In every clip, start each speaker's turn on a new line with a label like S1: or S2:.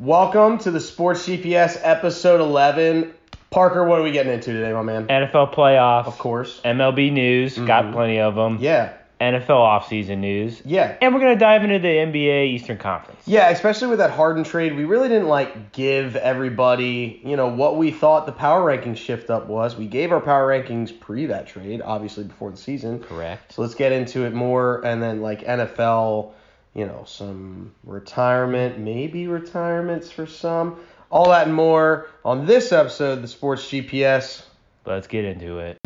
S1: Welcome to the Sports GPS episode 11. Parker, what are we getting into today, my man?
S2: NFL playoffs,
S1: Of course.
S2: MLB news, got
S1: Mhm.
S2: plenty of them.
S1: Yeah.
S2: NFL offseason news,
S1: Yeah.
S2: and we're gonna dive into the NBA Eastern Conference.
S1: Yeah, especially with that Harden trade, we really didn't like give everybody, you know, what we thought the power ranking shift up was. We gave our power rankings pre that trade, obviously before the season.
S2: Correct.
S1: So let's get into it more and then like NFL, you know, some retirement, maybe retirements for some, all that and more on this episode of the Sports GPS.
S2: Let's get into it.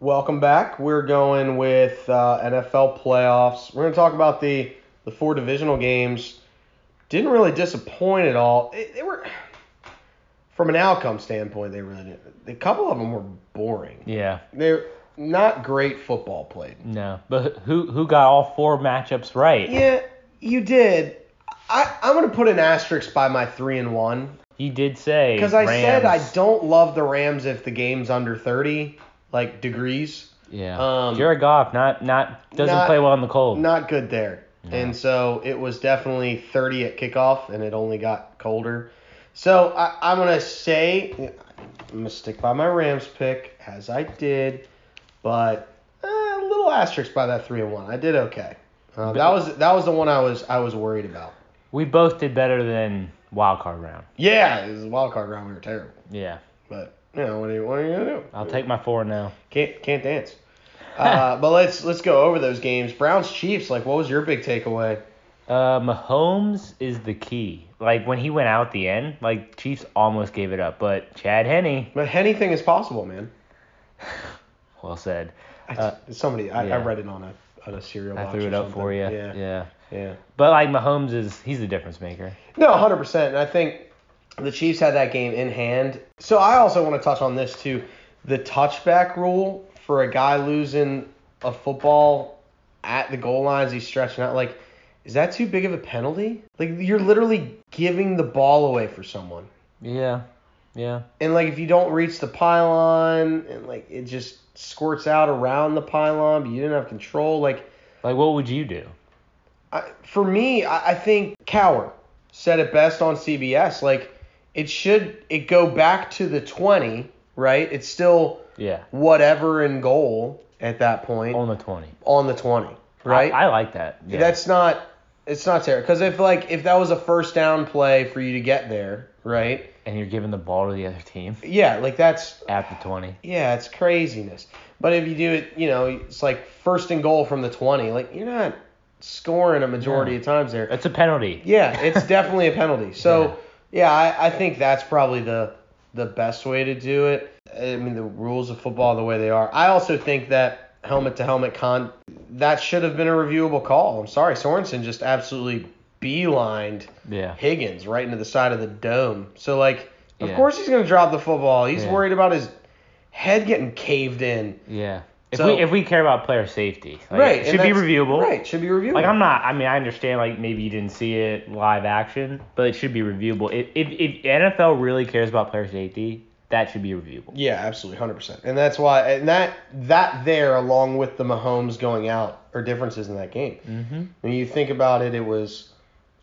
S1: Welcome back. We're going with uh, NFL playoffs. We're going to talk about the the four divisional games. Didn't really disappoint at all. They, they were, from an outcome standpoint, they really didn't. A couple of them were boring.
S2: Yeah.
S1: They're not great football played.
S2: No. But who who got all four matchups right?
S1: Yeah, you did. I, I'm going to put an asterisk by my three and one
S2: You did say
S1: because I said I
S2: Rams.
S1: don't love the Rams if the game's under 30 like degrees.
S2: Yeah.
S1: um,
S2: Jared Goff not not doesn't
S1: not-
S2: play well in the cold.
S1: Not good there. And so it was definitely 30 at kickoff, and it only got colder. So I, I'm going to say I'm going to stick by my Rams pick, as I did, but eh, a little asterisk by that 3 and 1. I did okay. Uh, that was that was the one I was I was worried about.
S2: We both did better than wild card round.
S1: Yeah, it was a wild card round. We were terrible,
S2: Yeah.
S1: but you know what are you, what are you gonna do?
S2: I'll take my four now.
S1: Can't can't dance. Uh, but let's let's go over those games. Browns Chiefs. Like, what was your big takeaway?
S2: Uh, Mahomes is the key. Like when he went out at the end, like Chiefs almost gave it up, but Chad Henney,
S1: But anything is possible, man.
S2: well said.
S1: I,
S2: Uh,
S1: somebody I, I
S2: yeah.
S1: read it on a on a cereal.
S2: I
S1: box
S2: threw
S1: or
S2: it up
S1: something.
S2: for you.
S1: Yeah,
S2: Yeah.
S1: yeah.
S2: But like Mahomes is he's the difference maker.
S1: No, 100. percent And I think the Chiefs had that game in hand. So I also want to touch on this too. The touchback rule for a guy losing a football at the goal line as he's stretching out, like, is that too big of a penalty? Like, you're literally giving the ball away for someone.
S2: Yeah. Yeah.
S1: And like if you don't reach the pylon and like it just squirts out around the pylon, but you didn't have control. Like
S2: Like what would you do?
S1: I, for me, I, I think Cower said it best on CBS. Like it should it go back to the 20, right? It's still
S2: Yeah.
S1: whatever in goal at that point
S2: On the twenty.
S1: on the 20, right?
S2: I, I like that. Yeah.
S1: That's not it's not terrible because if like if that was a first down play for you to get there, right?
S2: and you're giving the ball to the other team
S1: Yeah, like that's
S2: at the twenty.
S1: Yeah, it's craziness. But if you do it, you know, it's like first and goal from the 20. Like, you're not scoring a majority
S2: No.
S1: of times there.
S2: That's a penalty.
S1: Yeah, it's definitely a penalty. So, yeah, I, I think that's probably the the best way to do it. I mean, the rules of football the way they are. I also think that helmet to helmet con that should have been a reviewable call. I'm sorry, Sorensen just absolutely beelined
S2: Yeah.
S1: Higgins right into the side of the dome. So like, of
S2: Yeah.
S1: course he's gonna drop the football. He's
S2: Yeah.
S1: worried about his head getting caved in.
S2: Yeah. If
S1: So-
S2: we if we care about player safety, like,
S1: right.
S2: it
S1: and
S2: should be
S1: that's-
S2: reviewable.
S1: Right. Should be reviewable.
S2: Like I'm not. I mean, I understand. Like maybe you didn't see it live action, but it should be reviewable. If if, if NFL really cares about player safety, that should be reviewable.
S1: Yeah, absolutely, hundred percent. And that's why, and that that there, along with the Mahomes going out, are differences in that game.
S2: Mm-hmm.
S1: When you think about it, it was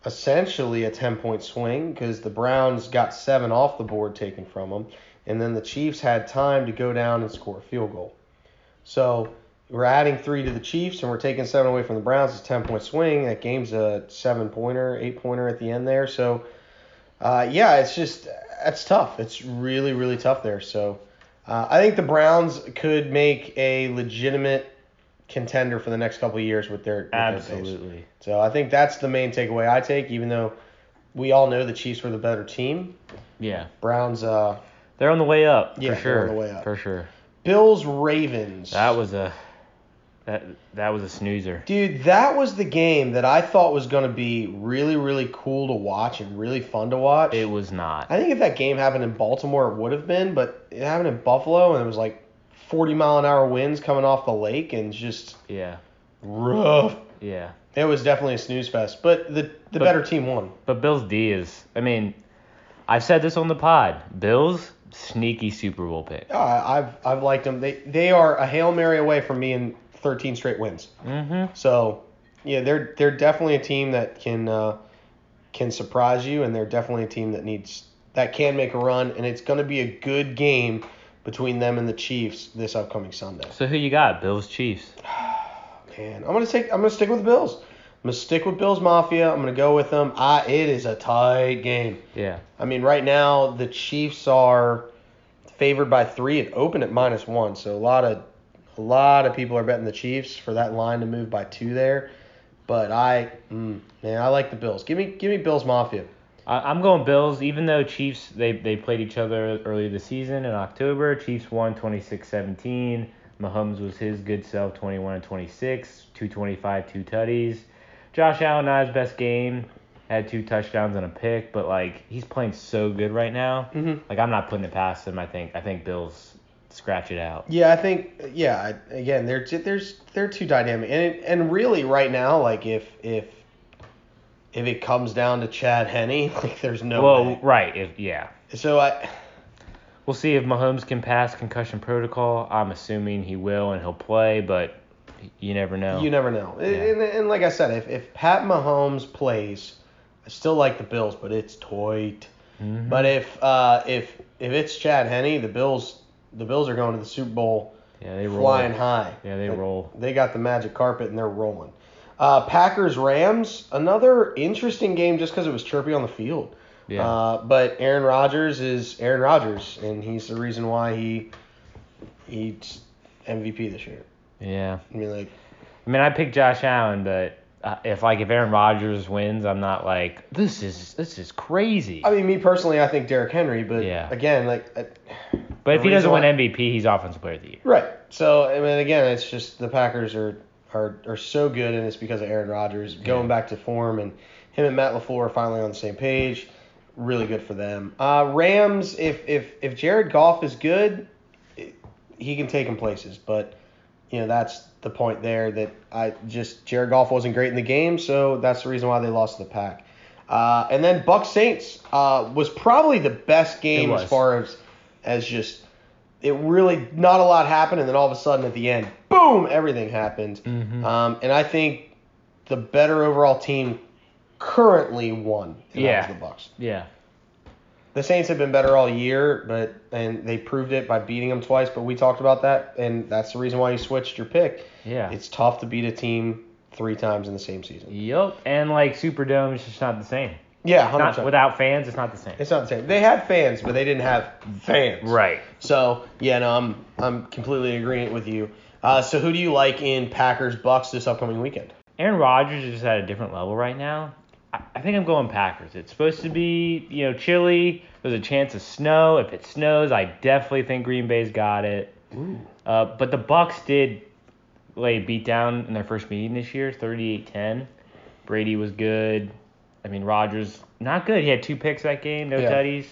S1: essentially a ten point swing because the Browns got seven off the board taken from them, and then the Chiefs had time to go down and score a field goal. So we're adding three to the Chiefs, and we're taking seven away from the Browns. It's a ten point swing. That game's a seven pointer, eight pointer at the end there. So uh, yeah, it's just that's tough. It's really really tough there. So. Uh, I think the Browns could make a legitimate contender for the next couple of years with their with their base.
S2: Absolutely.
S1: So I think that's the main takeaway I take, even though we all know the Chiefs were the better team.
S2: Yeah.
S1: Browns, uh,
S2: They're on the way up.
S1: Yeah,
S2: for
S1: they're
S2: sure.
S1: on the way up.
S2: For sure.
S1: Bills, Ravens.
S2: That was a that that was a snoozer.
S1: Dude, that was the game that I thought was going to be really, really cool to watch and really fun to watch.
S2: It was not.
S1: I think if that game happened in Baltimore, it would have been, but it happened in Buffalo, and it was like 40 mile an hour winds coming off the lake and just
S2: Yeah.
S1: rough.
S2: Yeah.
S1: It was definitely a snooze fest, but the, the
S2: But-
S1: better team won.
S2: But Bills D is. I mean, I've said this on the pod. Bills sneaky Super Bowl pick.
S1: Yeah, I- I've I've liked them. They they are a hail mary away from being 13 straight wins.
S2: Mm-hmm.
S1: So yeah, they're they're definitely a team that can uh, can surprise you, and they're definitely a team that needs that can make a run, and it's going to be a good game between them and the Chiefs this upcoming Sunday.
S2: So who you got? Bills Chiefs.
S1: Man, I'm gonna take. I'm gonna stick with the Bills. I'm gonna stick with Bills Mafia. I'm gonna go with them. I. It is a tight game.
S2: Yeah.
S1: I mean, right now the Chiefs are favored by three. It opened at minus one, so a lot of a lot of people are betting the Chiefs for that line to move by two there. But I, mm, man, I like the Bills. Give me, give me Bills Mafia.
S2: I, I'm going Bills, even though Chiefs they, they played each other earlier this season in October. Chiefs won 26-17. Mahomes was his good self, 21 and 26, 225, two tutties. Josh Allen not his best game, had two touchdowns and a pick, but like he's playing so good right now.
S1: Mhm.
S2: Like I'm not putting it past him. I think I think Bills scratch it out.
S1: Yeah, I think yeah. I- Again, they're t- there's they're too dynamic, and it, and really right now, like if if if it comes down to Chad Henney, like there's no.
S2: well,
S1: way.
S2: right, if yeah.
S1: So I,
S2: We'll see if Mahomes can pass concussion protocol. I'm assuming he will and he'll play, but you never know.
S1: you never know. And-
S2: Yeah.
S1: And, and like I said, if, if Pat Mahomes plays, I still like the Bills, but it's tight.
S2: Mhm.
S1: But if uh, if if it's Chad Henney, the Bills the Bills are going to the Super Bowl
S2: yeah, they roll.
S1: flying high.
S2: Yeah, they
S1: Like,
S2: roll.
S1: They got the magic carpet and they're rolling. Uh, Packers Rams, another interesting game just because it was chirpy on the field.
S2: Yeah.
S1: Uh, but Aaron Rodgers is Aaron Rodgers, and he's the reason why he he's MVP this year.
S2: yeah.
S1: I mean, like.
S2: I mean, I picked Josh Allen, but uh, if like if Aaron Rodgers wins, I'm not like this is this is crazy.
S1: I mean, me personally, I think Derrick Henry, but
S2: Yeah.
S1: again, like, I,
S2: but if
S1: the
S2: he
S1: reason
S2: doesn't win
S1: why-
S2: MVP, he's offensive player of the year.
S1: right. So I mean, again, it's just the Packers are are, are so good, and it's because of Aaron Rodgers going back to form, and him and Matt Lafleur are finally on the same page. Really good for them. Uh, Rams, if if if Jared Goff is good, it, he can take him places, but you know that's the point there that I just Jared Goff wasn't great in the game, so that's the reason why they lost to the pack. Uh, and then Buck Saints uh, was probably the best game as
S2: was.
S1: far as as just it really not a lot happened, and then all of a sudden at the end, boom, everything happened.
S2: Mhm.
S1: Um, and I think the better overall team currently won. and that
S2: Yeah.
S1: was the Bucks.
S2: Yeah.
S1: The Saints have been better all year, but and they proved it by beating them twice. But we talked about that, and that's the reason why you switched your pick.
S2: Yeah.
S1: It's tough to beat a team three times in the same season.
S2: Yup. And like Superdome is just not the same.
S1: Yeah, hundred
S2: Not
S1: percent.
S2: without fans, it's not the same.
S1: It's not the same. They had fans, but they didn't have fans.
S2: Right.
S1: So yeah, no, I'm I'm completely agreeing with you. Uh, so who do you like in Packers Bucks this upcoming weekend?
S2: Aaron Rodgers is just at a different level right now. I, I think I'm going Packers. It's supposed to be, you know, chilly. There's a chance of snow. If it snows, I definitely think Green Bay's got it.
S1: Ooh.
S2: Uh, but the Bucks did lay a beat down in their first meeting this year, 38-10. Brady was good. I mean, Rodgers not good. He had two picks that game, no
S1: Yeah.
S2: tutties.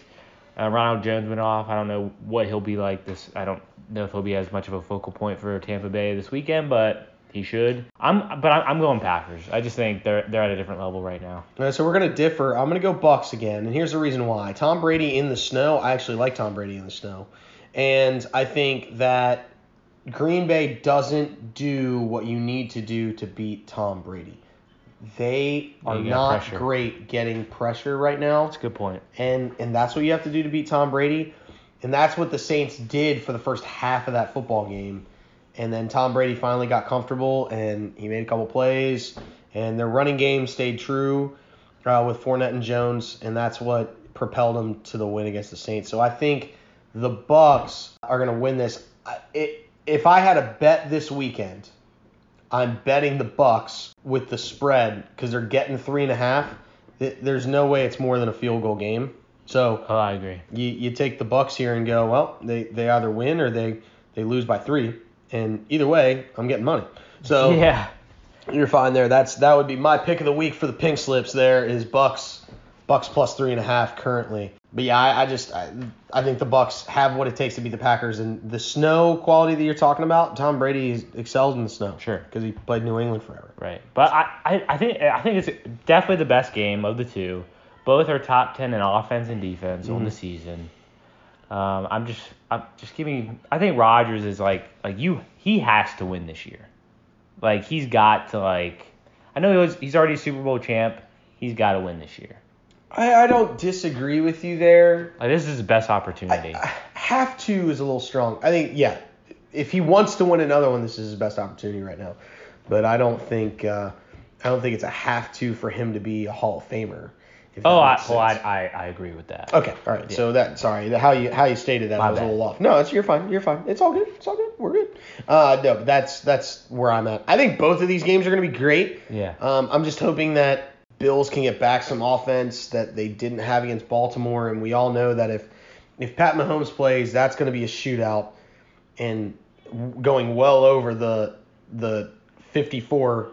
S2: Uh, Ronald Jones went off. I don't know what he'll be like this. I don't know if he'll be as much of a focal point for Tampa Bay this weekend, but he should. I'm, but I'm, I'm going Packers. I just think they're they're at a different level right now.
S1: Uh, so we're gonna differ. I'm gonna go Bucks again, and here's the reason why. Tom Brady in the snow. I actually like Tom Brady in the snow, and I think that Green Bay doesn't do what you need to do to beat Tom Brady. They
S2: Yeah,
S1: are
S2: you got
S1: not
S2: pressure.
S1: great getting pressure right now,
S2: That's a good point.
S1: and and that's what you have to do to beat Tom Brady, and that's what the Saints did for the first half of that football game, and then Tom Brady finally got comfortable and he made a couple plays, and their running game stayed true uh, with Fournette and Jones, and that's what propelled them to the win against the Saints. So I think the Bucks are going to win this. I- It, if I had a bet this weekend, I'm betting the Bucks with the spread because they're getting three and a half. Th- There's no way it's more than a field goal game. So
S2: Oh, I agree.
S1: you, you take the Bucks here and go, well, they, they either win or they, they lose by three, and either way, I'm getting money. So
S2: yeah.
S1: you're fine there. That's that would be my pick of the week for the pink slips. There is Bucks, Bucks plus three and a half currently. But yeah, I, I just I, I think the Bucks have what it takes to beat the Packers, and the snow quality that you're talking about, Tom Brady is- excels in the snow.
S2: Sure.
S1: because he played New England forever.
S2: Right. But I, I, I think I think it's definitely the best game of the two. Both are top ten in offense and defense on
S1: Mhm.
S2: the season. Um, I'm just, I'm just giving. I think Rodgers is like, like you. He has to win this year. Like he's got to like. I know he was, he's already a Super Bowl champ. He's got to win this year.
S1: I, I don't disagree with you there.
S2: Like this is his best
S1: I,
S2: opportunity.
S1: I- have to is a little strong. I think yeah, if he wants to win another one, this is his best opportunity right now. But I don't think uh, I don't think it's a have to for him to be a Hall of Famer. if that
S2: oh, I,
S1: makes
S2: well, I,
S1: sense.
S2: I, I agree with that.
S1: Okay, all right. So that sorry, the, how you how you stated that
S2: My
S1: I was
S2: bad.
S1: a little off. No, it's you're fine. You're fine. It's all good. It's all good. We're good. Uh, no, but that's that's where I'm at. I think both of these games are going to be great.
S2: Yeah.
S1: Um, I'm just hoping that Bills can get back some offense that they didn't have against Baltimore, and we all know that if if Pat Mahomes plays, that's going to be a shootout and w- going well over the the 54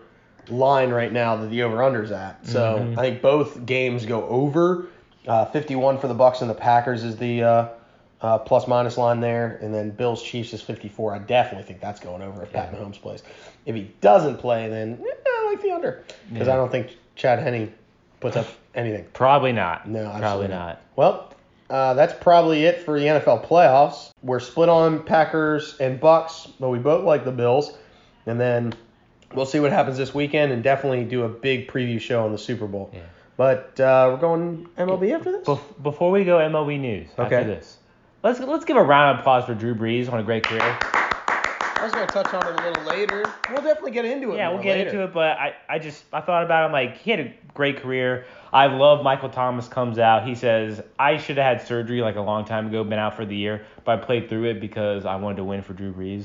S1: line right now that the over under's at. So I think both games go over. Uh, 51 for the Bucks and the Packers is the uh, uh, plus minus line there, and then Bills Chiefs is 54. I definitely think that's going over if Pat Mahomes plays. If he doesn't play, then eh, I like the under because
S2: Yeah.
S1: I don't think Chad Henney puts up anything.
S2: Probably not.
S1: No, absolutely
S2: probably not.
S1: Well, uh, that's probably it for the NFL playoffs. We're split on Packers and Bucks, but we both like the Bills. And then we'll see what happens this weekend, and definitely do a big preview show on the Super Bowl.
S2: Yeah.
S1: But uh, we're going MLB after this.
S2: Bef- before we go MLB news,
S1: Okay.
S2: after this, let's let's give a round of applause for Drew Brees on a great career.
S1: I was going to touch on it a little later. We'll definitely get into it.
S2: Yeah, we'll get into it, but I, I just I thought about him like he had a great career. I love Michael Thomas comes out. He says I should have had surgery like a long time ago, been out for the year, but I played through it because I wanted to win for Drew Brees.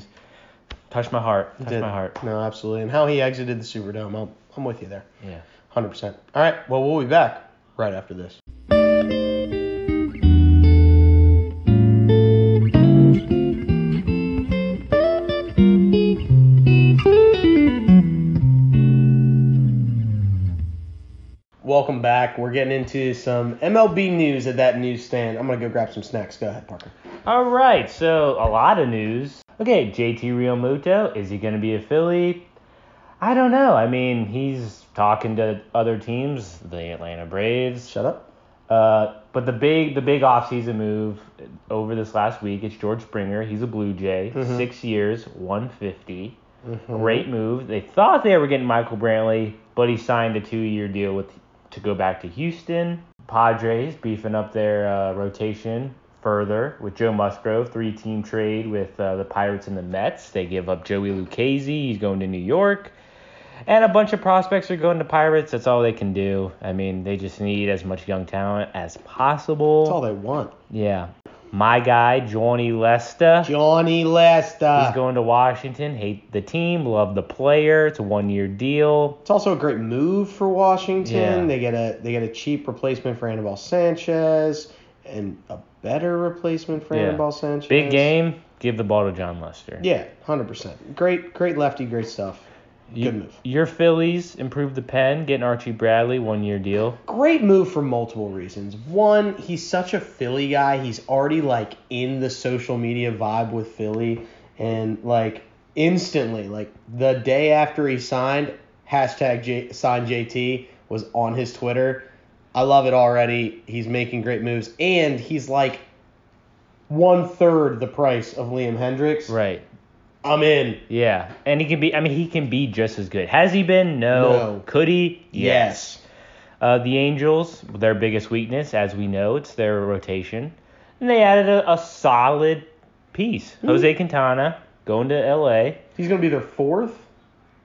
S2: Touched my heart. Touched my heart.
S1: No, absolutely. And how he exited the Superdome, I'm, I'm with you there.
S2: Yeah.
S1: 100%. All right, well, we'll be back right after this. Welcome back. We're getting into some MLB news at that newsstand. I'm going to go grab some snacks. Go ahead, Parker.
S2: All right, so a lot of news. Okay, JT Realmuto, is he going to be a Philly? I don't know. I mean, he's talking to other teams, the Atlanta Braves.
S1: Shut up.
S2: Uh, but the big the big offseason move over this last week is George Springer. He's a Blue Jay,
S1: Mhm.
S2: six years, 150.
S1: Mhm.
S2: Great move. They thought they were getting Michael Brantley, but he signed a two year deal with to go back to Houston. Padres beefing up their uh, rotation further with Joe Musgrove, three team trade with uh, the Pirates and the Mets. They give up Joey Lucchese. He's going to New York. And a bunch of prospects are going to Pirates. That's all they can do. I mean, they just need as much young talent as possible.
S1: That's all they want.
S2: yeah. My guy, Johnny Lesta.
S1: Johnny Lesta.
S2: He's going to Washington. Hate the team, love the player. It's a one-year deal.
S1: It's also a great move for Washington.
S2: Yeah.
S1: They get a they get a cheap replacement for Anibal Sanchez and a better replacement for
S2: Yeah.
S1: Anibal Sanchez.
S2: Big game. Give the ball to John Lester.
S1: Yeah, hundred percent. Great, great lefty, great stuff.
S2: You-
S1: Good move.
S2: Your Phillies improved the pen, getting Archie Bradley, one-year deal.
S1: Great move for multiple reasons. One, he's such a Philly guy. He's already like in the social media vibe with Philly, and like instantly, like the day after he signed, hashtag J- sign JT was on his Twitter. I love it already. He's making great moves, and he's like one third the price of Liam Hendricks.
S2: Right.
S1: I'm in.
S2: Yeah. And he can be. I mean, he can be just as good. Has he been? No.
S1: No.
S2: Could he?
S1: Yes.
S2: Uh, the Angels, their biggest weakness, as we know, it's their rotation. And they added a, a solid piece.
S1: Hmm.
S2: Jose Quintana going to L.A.
S1: He's gonna be their fourth.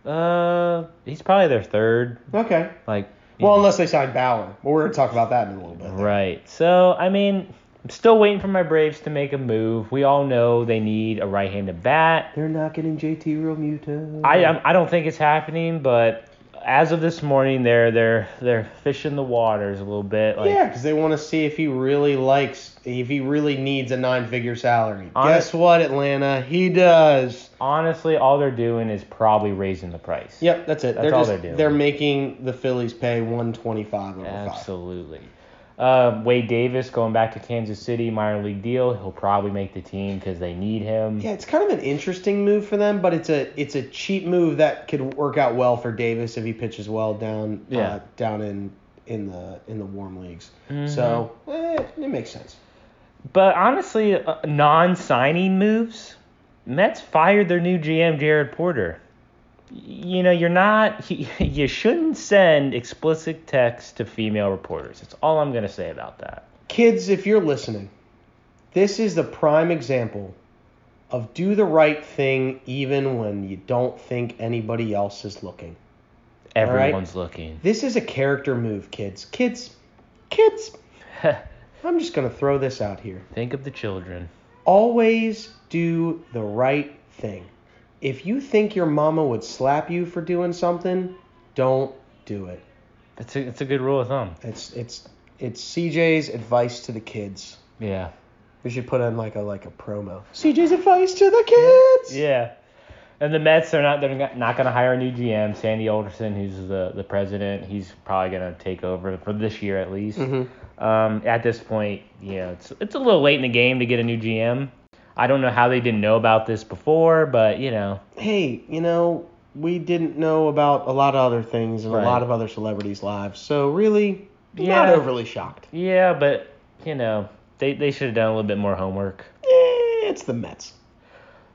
S2: Uh, he's probably their third.
S1: Okay.
S2: Like,
S1: Well, unless they sign Bauer, but we're gonna talk about that in a little bit.
S2: right. So, I mean, I'm still waiting for my Braves to make a move. We all know they need a right-handed bat.
S1: They're not getting JT Realmuto.
S2: I I'm- I don't think it's happening, but as of this morning, they're they're they're fishing the waters a little bit. Like,
S1: yeah, because they want to see if he really likes, if he really needs a nine-figure salary.
S2: Hon-
S1: Guess what, Atlanta? He does.
S2: honestly, all they're doing is probably raising the price.
S1: Yep, that's it.
S2: That's
S1: they're
S2: all
S1: just,
S2: they're doing.
S1: They're making the Phillies pay 125 over five.
S2: Absolutely. Uh, Wade Davis going back to Kansas City, minor league deal. He'll probably make the team because they need him.
S1: Yeah, it's kind of an interesting move for them, but it's a it's a cheap move that could work out well for Davis if he pitches well down
S2: Yeah. Mm-hmm.
S1: uh, down in in the in the warm leagues. So eh, it makes sense.
S2: But honestly, uh, non-signing moves. Mets fired their new GM Jared Porter. Y- You know, you're not. You shouldn't send explicit texts to female reporters. That's all I'm gonna say about that.
S1: Kids, if you're listening, this is the prime example of do the right thing even when you don't think anybody else is looking. right.
S2: Everyone's looking.
S1: This is a character move, kids. Kids, kids, I'm just going to throw this out here.
S2: Think of the children.
S1: Always do the right thing. If you think your mama would slap you for doing something, don't do it.
S2: That's a, that's a good rule of thumb.
S1: It's it's it's CJ's advice to the kids.
S2: Yeah.
S1: We should put in like a like a promo. CJ's advice to the kids.
S2: Yeah. And the Mets are not they're not- not going to hire a new GM. Sandy Alderson, who's the, the president, he's probably going to take over for this year at least.
S1: Mhm.
S2: Um, at this point, yeah, it's it's a little late in the game to get a new GM. I don't know how they didn't know about this before, but you know,
S1: Hey, you know, we didn't know about a lot of other things and
S2: Right.
S1: a lot of other celebrities' lives, so really, not
S2: Yeah.
S1: overly shocked.
S2: yeah, but you know, they they should have done a little bit more homework.
S1: Eh, it's the Mets.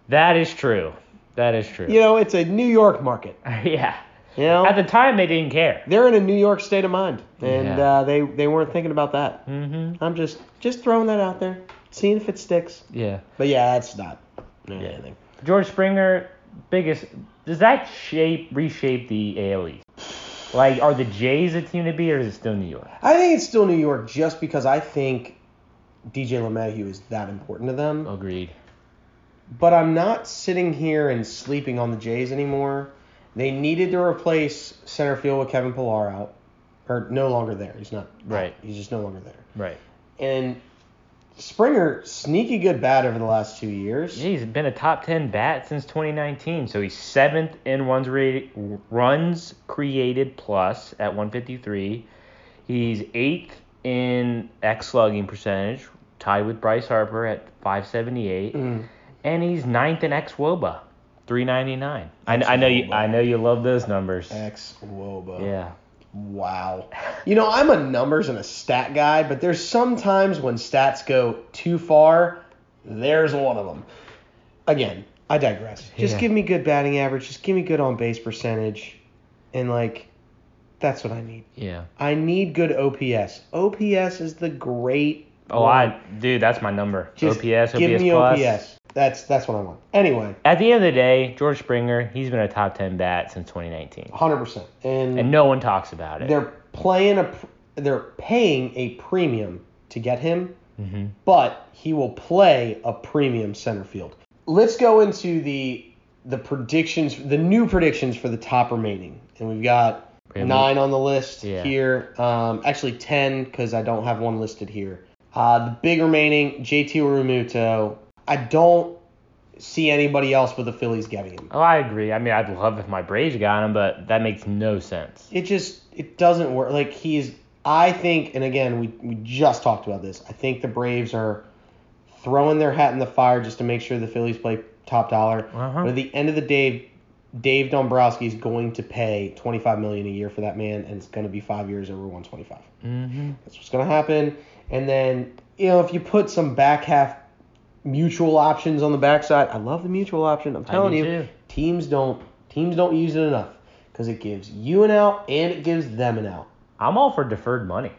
S2: That is true. That is true.
S1: You know, it's a New York market.
S2: yeah.
S1: You know,
S2: At the time, they didn't care.
S1: they're in a New York state of mind, and
S2: Yeah.
S1: uh, they they weren't thinking about that.
S2: Mm-hmm.
S1: I'm just just throwing that out there, seeing if it sticks.
S2: Yeah.
S1: But yeah, that's not not
S2: Yeah.
S1: anything.
S2: George Springer, biggest. Does that shape reshape the AL East? Like, are the Jays a team to be, or is it still New York?
S1: I think it's still New York just because I think DJ LeMahieu is that important to them.
S2: Agreed.
S1: But I'm not sitting here and sleeping on the Jays anymore. They needed to replace center field with Kevin Pillar out, or no longer there. He's not.
S2: Right.
S1: He's just no longer there.
S2: Right.
S1: And Springer, sneaky good bat over the last two years.
S2: Yeah, he's been a top ten bat since 2019, so he's seventh in runs rated, runs created plus at 153. He's eighth in X slugging percentage, tied with Bryce Harper at 578.
S1: Mm.
S2: and he's ninth in ex woba, three ninety nine. I,
S1: Ex
S2: I know you.
S1: woba.
S2: I know you love those numbers.
S1: Ex Woba.
S2: Yeah.
S1: Wow. You know, I'm a numbers and a stat guy, but there's sometimes when stats go too far, there's one of them. Again, I digress. Just
S2: Yeah.
S1: give me good batting average, just give me good on base percentage, and like, that's what I need.
S2: Yeah.
S1: I need good OPS. OPS is the great.
S2: Oh, I dude, that's my number.
S1: Just
S2: OPS,
S1: give
S2: OPS
S1: me
S2: plus.
S1: OPS. That's that's what I want. Anyway,
S2: At the end of the day, George Springer, he's been a top ten bat since 2019,
S1: 100%. And,
S2: and no one talks about it.
S1: they're playing a pr- they're paying a premium to get him.
S2: hmm
S1: but he will play a premium center field. Let's go into the the predictions, the new predictions for the top remaining, and we've got
S2: Really?
S1: nine on the list
S2: Yeah.
S1: here. Um, actually, ten because I don't have one listed here. Uh, the big remaining, JT Realmuto. I don't see anybody else but the Phillies getting him.
S2: Oh, I agree. I mean, I'd love if my Braves got him, but that makes no sense.
S1: It just it doesn't work. Like he's, I think, and again, we we just talked about this. I think the Braves are throwing their hat in the fire just to make sure the Phillies play top dollar.
S2: Uh-huh.
S1: But at the end of the day, Dave Dombrowski is going to pay 25 million a year for that man, and it's going to be five years over 125.
S2: hmm
S1: That's what's going to happen. And then you know if you put some back half mutual options on the backside, I love the mutual option. I'm telling
S2: do
S1: you,
S2: too.
S1: teams don't teams don't use it enough because it gives you an out and it gives them an out.
S2: I'm all for deferred money.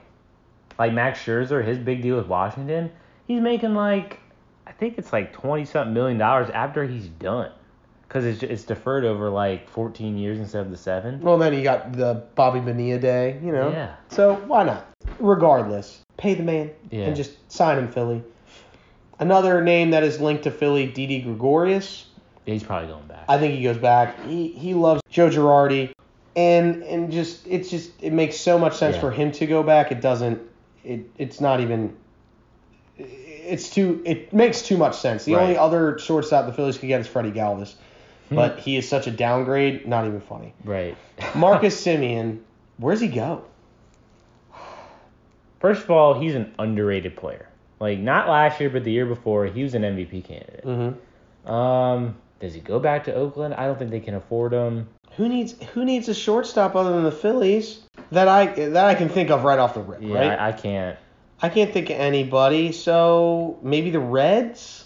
S2: Like Max Scherzer, his big deal with Washington, he's making like I think it's like twenty something million dollars after he's done, cause it's it's deferred over like fourteen years instead of the seven.
S1: Well, then you got the Bobby Bonilla day, you know.
S2: Yeah.
S1: So why not? Regardless, pay the man
S2: Yeah.
S1: and just sign him, Philly. Another name that is linked to Philly, Didi Gregorius.
S2: He's probably going back.
S1: I think he goes back. He he loves Joe Girardi, and and just it's just it makes so much sense
S2: Yeah.
S1: for him to go back. It doesn't. It it's not even. It's too. It makes too much sense. The
S2: Right. Hmm.
S1: only other shortstop the Phillies could get is Freddie Galvis, but he is such a downgrade. Not even funny.
S2: right.
S1: Marcus Simeon, where's he go?
S2: First of all, he's an underrated player. Like not last year, but the year before, he was an MVP candidate.
S1: Mm-hmm.
S2: Um, does he go back to Oakland? I don't think they can afford him.
S1: Who needs who needs a shortstop other than the Phillies that I that I can think of right off the rip,
S2: Yeah,
S1: right?
S2: I, I can't.
S1: I can't think of anybody. So maybe the Reds.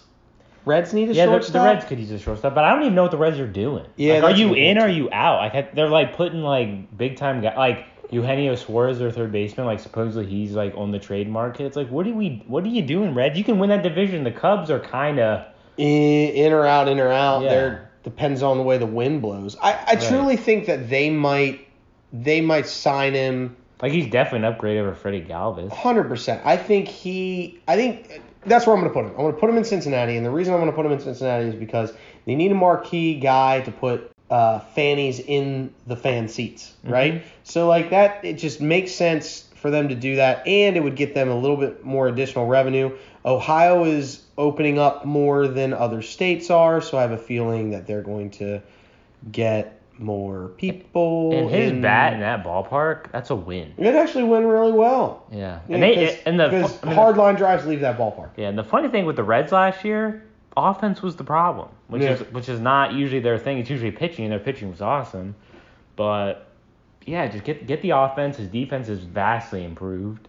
S1: Reds need a
S2: Yeah, the,
S1: shortstop.
S2: the Reds could use a shortstop, but I don't even know what the Reds are doing.
S1: Yeah,
S2: like, are
S1: that's
S2: you
S1: what I'm
S2: in? Or are
S1: thinking.
S2: you out? Like I- they're like putting like big time guy like Eugenio Suarez, their third baseman. Like supposedly he's like on the trade market. It's like what do we? What are you doing, Reds? You can win that division. The Cubs are kind of
S1: in, in or out, in or out.
S2: Yeah.
S1: There depends on the way the wind blows. I, I
S2: Right.
S1: truly think that they might they might sign him
S2: like he's definitely an upgrade over Freddie Galvis.
S1: hundred percent. I think he I think that's where I'm gonna put him. I'm gonna put him in Cincinnati, and the reason I'm gonna put him in Cincinnati is because they need a marquee guy to put uh, fannies in the fan seats,
S2: Mhm.
S1: right? So like that, it just makes sense for them to do that, and it would get them a little bit more additional revenue. Ohio is opening up more than other states are, so I have a feeling that they're going to get more people.
S2: And his
S1: in-
S2: bat in that ballpark, that's a win.
S1: It actually went really well.
S2: Yeah,
S1: Yeah,
S2: and they
S1: 'cause-
S2: and the,
S1: because
S2: I mean, the-
S1: hard line drives leave that ballpark.
S2: yeah, and the funny thing with the Reds last year, offense was the problem, which
S1: Yeah.
S2: is which is not usually their thing. It's usually pitching, and their pitching was awesome, but yeah, just get get the offense. His defense is vastly improved,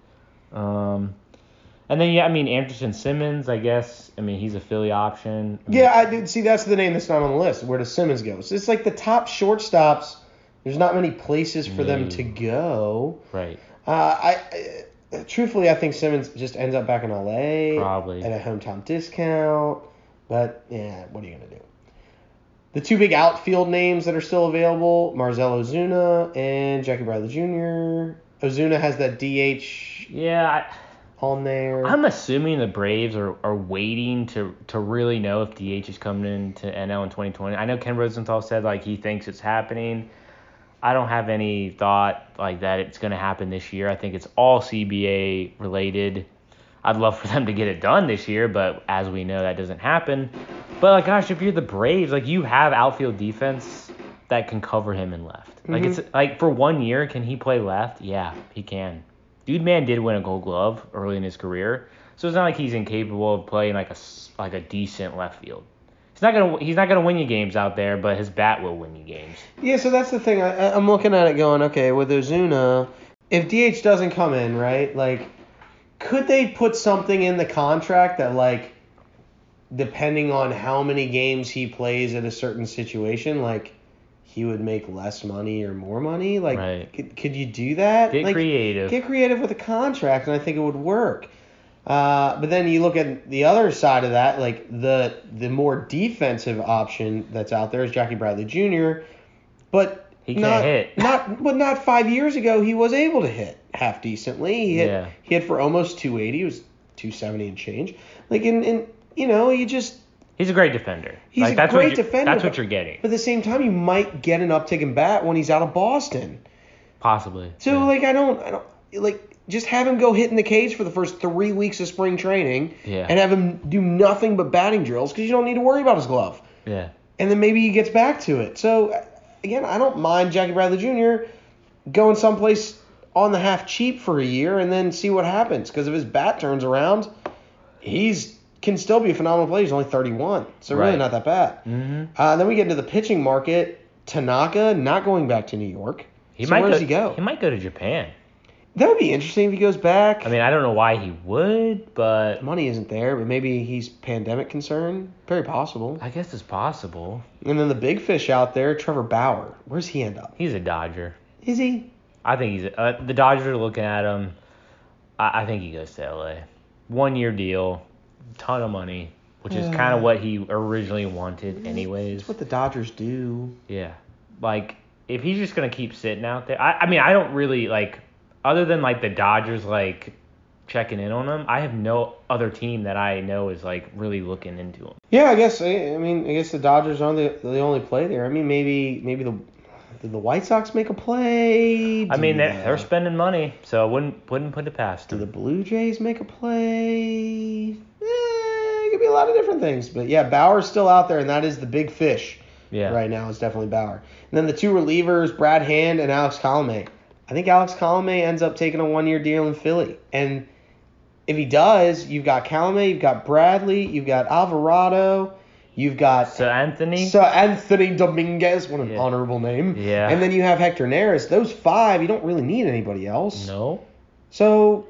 S2: um, and then yeah, I mean Anderson Simmons, I guess. I mean he's a Philly option. I mean,
S1: Yeah, I did see. That's the name that's not on the list. Where does Simmons go? So it's like the top shortstops. There's not many places for them
S2: No.
S1: to go.
S2: right.
S1: Uh, I, I truthfully, I think Simmons just ends up back in LA
S2: Probably.
S1: at a hometown discount. But yeah, what are you gonna do? The two big outfield names that are still available: Marcelo Ozuna and Jackie Bradley Jr. Ozuna has that DH
S2: Yeah, I,
S1: on there.
S2: I'm assuming the Braves are, are waiting to, to really know if DH is coming into NL in 2020. I know Ken Rosenthal said like he thinks it's happening. I don't have any thought like that it's going to happen this year. I think it's all CBA related. I'd love for them to get it done this year, but as we know, that doesn't happen. But like, gosh, if you're the Braves, like you have outfield defense that can cover him in left. Like
S1: Mhm.
S2: it's like for one year, can he play left? Yeah, he can. Dude, man, did win a Gold Glove early in his career, so it's not like he's incapable of playing like a s- like a decent left field. He's not gonna he's not gonna win you games out there, but his bat will win you games.
S1: Yeah, so that's the thing. I, I- I'm looking at it going, okay, with Ozuna, if DH doesn't come in, right, like, could they put something in the contract that, like, depending on how many games he plays at a certain situation, like, he would make less money or more money? Like,
S2: Right.
S1: could, could you do that?
S2: Get
S1: like,
S2: creative.
S1: Get creative with a contract, and I think it would work. Uh, but then you look at the other side of that, like the the more defensive option that's out there is Jackie Bradley Jr. But
S2: He can't
S1: not,
S2: hit.
S1: not but not five years ago he was able to hit half decently. He hit
S2: Yeah.
S1: he hit for almost 280. It was 270 and change. Like and and you know you just
S2: He's a great defender.
S1: He's
S2: like,
S1: a
S2: that's
S1: great
S2: what you're-
S1: defender,
S2: That's what
S1: but-
S2: you're getting,
S1: but at the same time you might get an uptick in bat when he's out of Boston.
S2: possibly.
S1: So
S2: Yeah.
S1: like I don't I don't like just have him go hit in the cage for the first three weeks of spring training
S2: Yeah.
S1: and have him do nothing but batting drills because you don't need to worry about his glove.
S2: yeah.
S1: And then maybe he gets back to it. So uh, again, I don't mind Jackie Bradley Jr. going someplace on the half cheap for a year and then see what happens because if his bat turns around, he's can still be a phenomenal player. He's only 31, so really
S2: Right.
S1: not that bad.
S2: hmm
S1: Uh, then we get into the pitching market. Tanaka not going back to New York.
S2: He
S1: So
S2: might
S1: where
S2: go,
S1: does he go?
S2: He might go to Japan.
S1: That would be interesting if he goes back.
S2: I mean, I don't know why he would, but
S1: money isn't there, but maybe he's pandemic concern. Very possible.
S2: I guess it's possible.
S1: And then the big fish out there, Trevor Bauer. Where's he end up?
S2: He's a Dodger.
S1: Is he?
S2: I think he's uh, the Dodgers are looking at him. I, I think he goes to LA. One year deal, ton of money, which is
S1: Yeah.
S2: kind of what he originally wanted, anyways.
S1: That's what the Dodgers do.
S2: Yeah. Like, if he's just gonna keep sitting out there, I, I mean, I don't really like, other than like the Dodgers like checking in on him. I have no other team that I know is like really looking into him.
S1: Yeah, I guess. I, I mean, I guess the Dodgers are the the only play there. I mean, maybe maybe the did the White Sox make a play?
S2: I
S1: Do
S2: mean, they're,
S1: the-
S2: they're spending money, so I wouldn't wouldn't put it past
S1: do the
S2: them.
S1: Blue Jays make a play? Eh, it could be a lot of different things, but yeah, Bauer's still out there, and that is the big fish.
S2: Yeah.
S1: right now is definitely Bauer. And then the two relievers, Brad Hand and Alex Colomay. I think Alex Colomay ends up taking a one-year deal in Philly, and if he does, you've got Colomay, you've got Bradley, you've got Alvarado, You've got
S2: So Anthony.
S1: Sir Anthony Dominguez, what an
S2: Yeah.
S1: honorable name.
S2: Yeah.
S1: And then you have Hector Neris. Those five, you don't really need anybody else.
S2: no.
S1: So,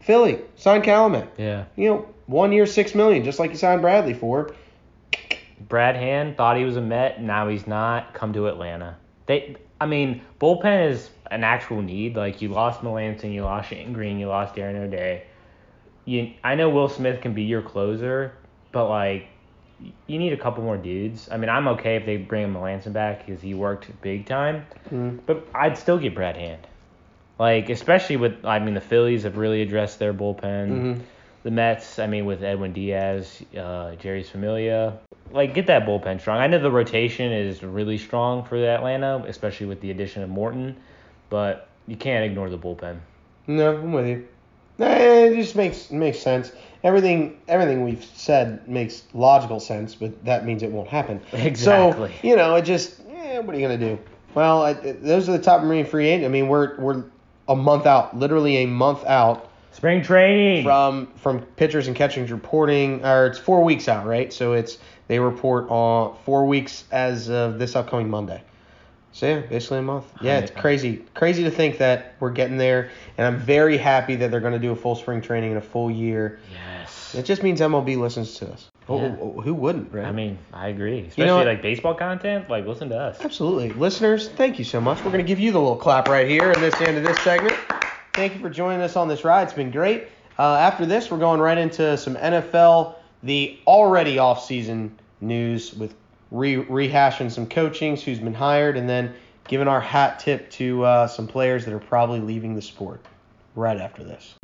S1: Philly, sign Calumet.
S2: Yeah.
S1: You know, one year, six million, just like you signed Bradley for.
S2: Brad Hand thought he was a Met, now he's not. Come to Atlanta. They, I mean, bullpen is an actual need. Like you lost Melanson, you lost Shane Green, you lost Darren O'Day. You, I know Will Smith can be your closer, but like, you need a couple more dudes. I mean, I'm okay if they bring Melanson back because he worked big time,
S1: Mm.
S2: but I'd still get Brad Hand. Like, especially with, I mean, the Phillies have really addressed their bullpen.
S1: Mhm.
S2: The Mets, I mean, with Edwin Diaz, uh, Jerry's Familia, like get that bullpen strong. I know the rotation is really strong for Atlanta, especially with the addition of Morton, but you can't ignore the bullpen.
S1: No, I'm with you. Eh, It just makes makes sense. Everything everything we've said makes logical sense, but that means it won't happen.
S2: Exactly.
S1: So you know, it just eh, what are you gonna do? Well, I, those are the top marine free agent. I mean, we're we're a month out, literally a month out
S2: Spring training.
S1: from from pitchers and catchings reporting or it's four weeks out right so it's they report on four weeks as of this upcoming monday so yeah basically a month yeah it's
S2: Right.
S1: crazy crazy to think that we're getting there and i'm very happy that they're going to do a full spring training and a full year
S2: yes.
S1: it just means mlb listens to us Oh,
S2: Yeah.
S1: oh, oh, who wouldn't right
S2: I mean, I agree. Especially
S1: You know what?
S2: like baseball content. Like, listen to us.
S1: Absolutely. Listeners, thank you so much. We're going to give you the little clap right here in this end of this segment. Thank you for joining us on this ride. It's been great. Uh, after this, we're going right into some NFL, the already off-season news with re- rehashing some coachings, who's been hired, and then giving our hat tip to uh, some players that are probably leaving the sport right after this.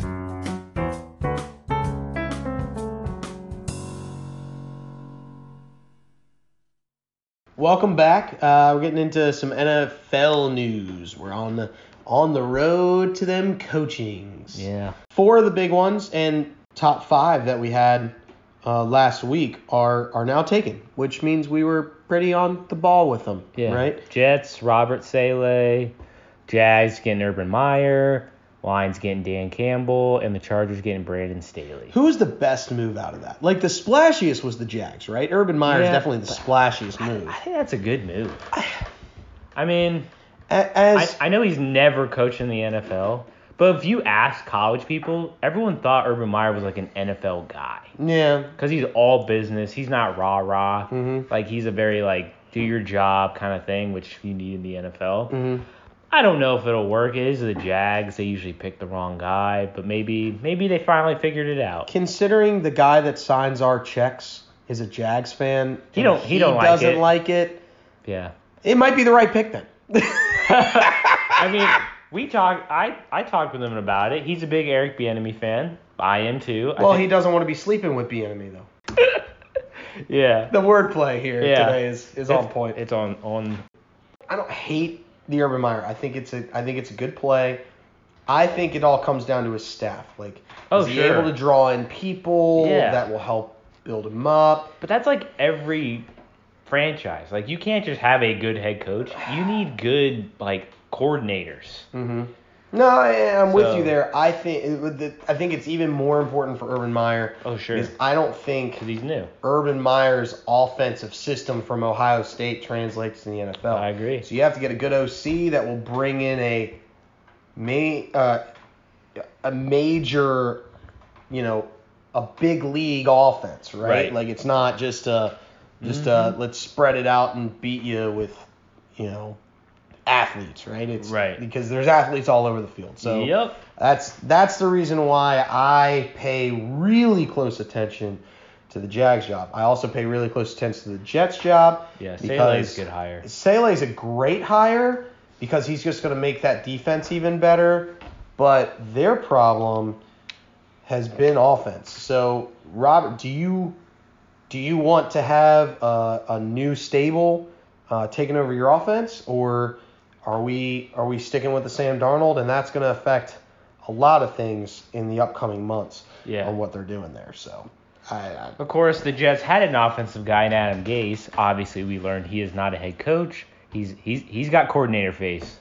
S1: Welcome back. Uh, we're getting into some NFL news. We're on the on the road to them coachings.
S2: Yeah.
S1: Four of the big ones and top five that we had uh, last week are are now taken, which means we were pretty on the ball with them.
S2: Yeah.
S1: Right.
S2: Jets, Robert Saleh, Jags getting Urban Meyer, Lions getting Dan Campbell, and the Chargers getting Brandon Staley.
S1: Who was the best move out of that? Like the splashiest was the Jags, right? Urban Meyer is
S2: Yeah,
S1: definitely the splashiest move.
S2: I think that's a good move. I mean,
S1: A-
S2: I,
S1: As
S2: I know he's never coached in the NFL, but if you ask college people, everyone thought Urban Meyer was like an NFL guy
S1: yeah,
S2: because he's all business. He's not rah rah.
S1: Mhm.
S2: Like he's a very like do your job kind of thing, which you need in the NFL.
S1: hmm
S2: I don't know if it'll work. It is the Jags. They usually pick the wrong guy, but maybe maybe they finally figured it out.
S1: considering the guy that signs our checks is a Jags fan.
S2: He
S1: and
S2: don't- he don't like
S1: doesn't
S2: it.
S1: like it.
S2: Yeah.
S1: It might be the right pick then.
S2: I mean, we talked. I I talked with him about it. He's a big Eric Bieniemy fan. I am too. I
S1: well,
S2: think-
S1: he doesn't want to be sleeping with enemy E, though.
S2: yeah.
S1: The wordplay here
S2: Yeah.
S1: today is, is on point.
S2: It's on on.
S1: I don't hate the Urban Meyer. I think it's a I think it's a good play. I think it all comes down to his staff. Like
S2: Oh,
S1: is he
S2: sure.
S1: able to draw in people
S2: Yeah.
S1: that will help build him up?
S2: But that's like every franchise. Like you can't just have a good head coach. You need good like coordinators.
S1: Mm-hmm. No, I, I'm with
S2: So-
S1: you there. I think with the- I think it's even more important for Urban Meyer
S2: Oh sure.
S1: because I don't think
S2: Because he's new.
S1: Urban Meyer's offensive system from Ohio State translates to the NFL.
S2: I agree.
S1: Oh. So you have to get a good OC that will bring in a may uh, a major, you know, a big league offense, right?
S2: Right. Mm-hmm.
S1: Like it's not just a just a let's spread it out and beat you with, you know, athletes, right? It's
S2: Right.
S1: because there's athletes all over the field. So
S2: yep.
S1: that's that's the reason why I pay really close attention to the Jags job. I also pay really close attention to the Jets job.
S2: Yeah.
S1: because
S2: Saleh's good hire.
S1: Saleh's a great hire because he's just going to make that defense even better. But their problem has been offense. So Robert, do you do you want to have a, a new stable uh, taking over your offense, or are we are we sticking with the Sam Darnold, and that's going to affect a lot of things in the upcoming months
S2: Yeah.
S1: on what they're doing there. So I, I
S2: Of course, the Jets had an offensive guy in Adam Gase. Obviously, we learned he is not a head coach. He's he's he's got coordinator face.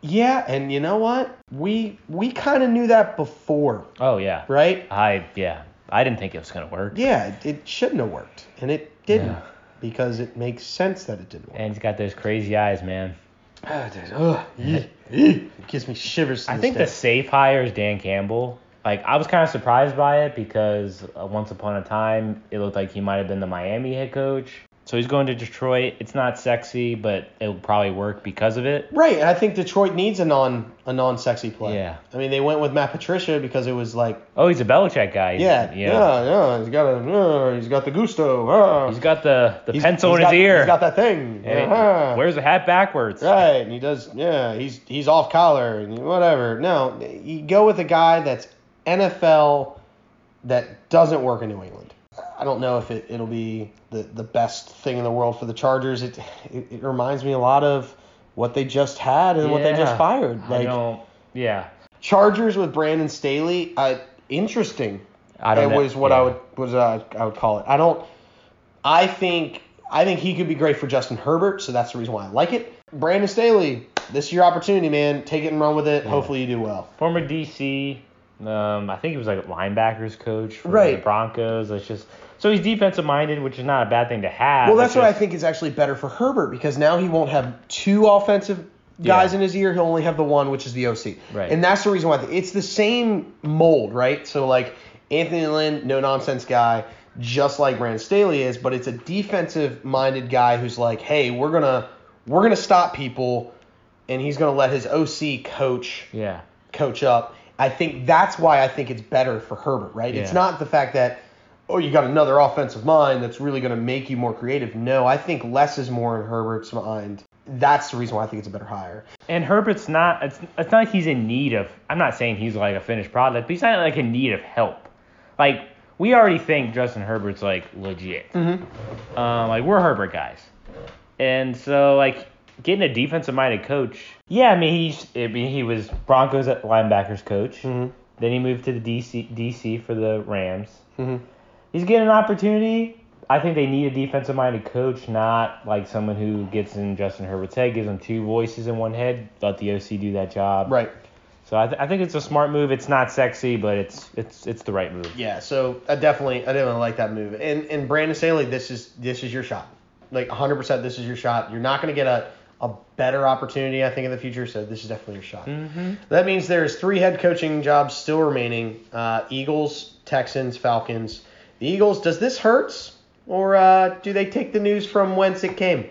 S1: yeah, and you know what? We we kind of knew that before,
S2: Oh yeah.
S1: right?
S2: I yeah. I didn't think it was gonna work.
S1: Yeah, it, it shouldn't have worked, and it didn't.
S2: Yeah.
S1: because it makes sense that it didn't work.
S2: And he's got those crazy eyes, man.
S1: Ah, dude, ugh, eek, eek. it gives me shivers. To
S2: I
S1: this
S2: think
S1: day.
S2: the safe hire is Dan Campbell. Like I was kind of surprised by it because uh, once upon a time it looked like he might have been the Miami head coach. So he's going to Detroit. It's not sexy, but it'll probably work because of it.
S1: Right, and I think Detroit needs a non a non sexy play.
S2: Yeah.
S1: I mean, they went with Matt Patricia because it was like,
S2: Oh, he's a Belichick guy. He's-
S1: yeah, yeah, yeah, he's got a, yeah, he's got the gusto. ah.
S2: He's got the, the
S1: He's-
S2: pencil
S1: he's
S2: in
S1: got-
S2: his ear.
S1: He's got that thing.
S2: And he
S1: Uh-huh.
S2: wears the hat backwards.
S1: Right, and he does. Yeah, he's he's off collar and whatever. No, you go with a guy that's NFL that doesn't work in New England. I don't know if it, it'll be the, the best thing in the world for the Chargers. It, it it reminds me a lot of what they just had and what they just
S2: Yeah.
S1: fired.
S2: I
S1: Like
S2: don't. Yeah.
S1: Chargers with Brandon Staley. Uh, interesting.
S2: I don't.
S1: it
S2: know.
S1: was what
S2: yeah.
S1: I would was uh, I would call it. I don't. I think I think he could be great for Justin Herbert, so that's the reason why I like it. Brandon Staley, this is your opportunity, man. Take it and run with it. Hopefully you do well.
S2: Former DC. Um, I think he was like a linebackers coach for
S1: Right.
S2: the Broncos. It's just so he's defensive minded, which is not a bad thing to have.
S1: Well, that's
S2: It's
S1: what I
S2: just-
S1: think is actually better for Herbert because now he won't have two offensive guys
S2: Yeah.
S1: in his ear. He'll only have the one, which is the OC.
S2: Right.
S1: And that's the reason why it's the same mold, right? So like Anthony Lynn, no nonsense guy, just like Brandon Staley is, but it's a defensive minded guy who's like, hey, we're gonna we're gonna stop people, and he's gonna let his OC coach
S2: Yeah.
S1: coach up. I think that's why I think it's better for Herbert, right? It's
S2: Yeah.
S1: not the fact that oh you got another offensive mind that's really going to make you more creative. No, I think less is more in Herbert's mind. That's the reason why I think it's a better hire.
S2: And Herbert's not. It's, it's not like he's in need of. I'm not saying he's like a finished product, but he's not like in need of help. Like we already think Justin Herbert's like legit. Um, like we're Herbert guys, and so like getting a defensive minded coach. Yeah, I mean he's. I mean he was Broncos at linebackers coach.
S1: Mm-hmm.
S2: Then he moved to the DC DC for the Rams.
S1: Mhm.
S2: He's getting an opportunity. I think they need a defensive minded coach, not like someone who gets in Justin Herbert's head, gives him two voices in one head. Let the OC do that job.
S1: Right.
S2: So I, th- I think it's a smart move. It's not sexy, but it's it's it's the right move.
S1: Yeah. So I definitely I definitely like that move. And and Brandon Staley, this is this is your shot. Like 100%, this is your shot. You're not going to get a a better opportunity, I think, in the future. So this is definitely your shot.
S2: Mm-hmm.
S1: That means there's three head coaching jobs still remaining: uh, Eagles, Texans, Falcons. The Eagles. Does this hurts, or uh, do they take the news from whence it came,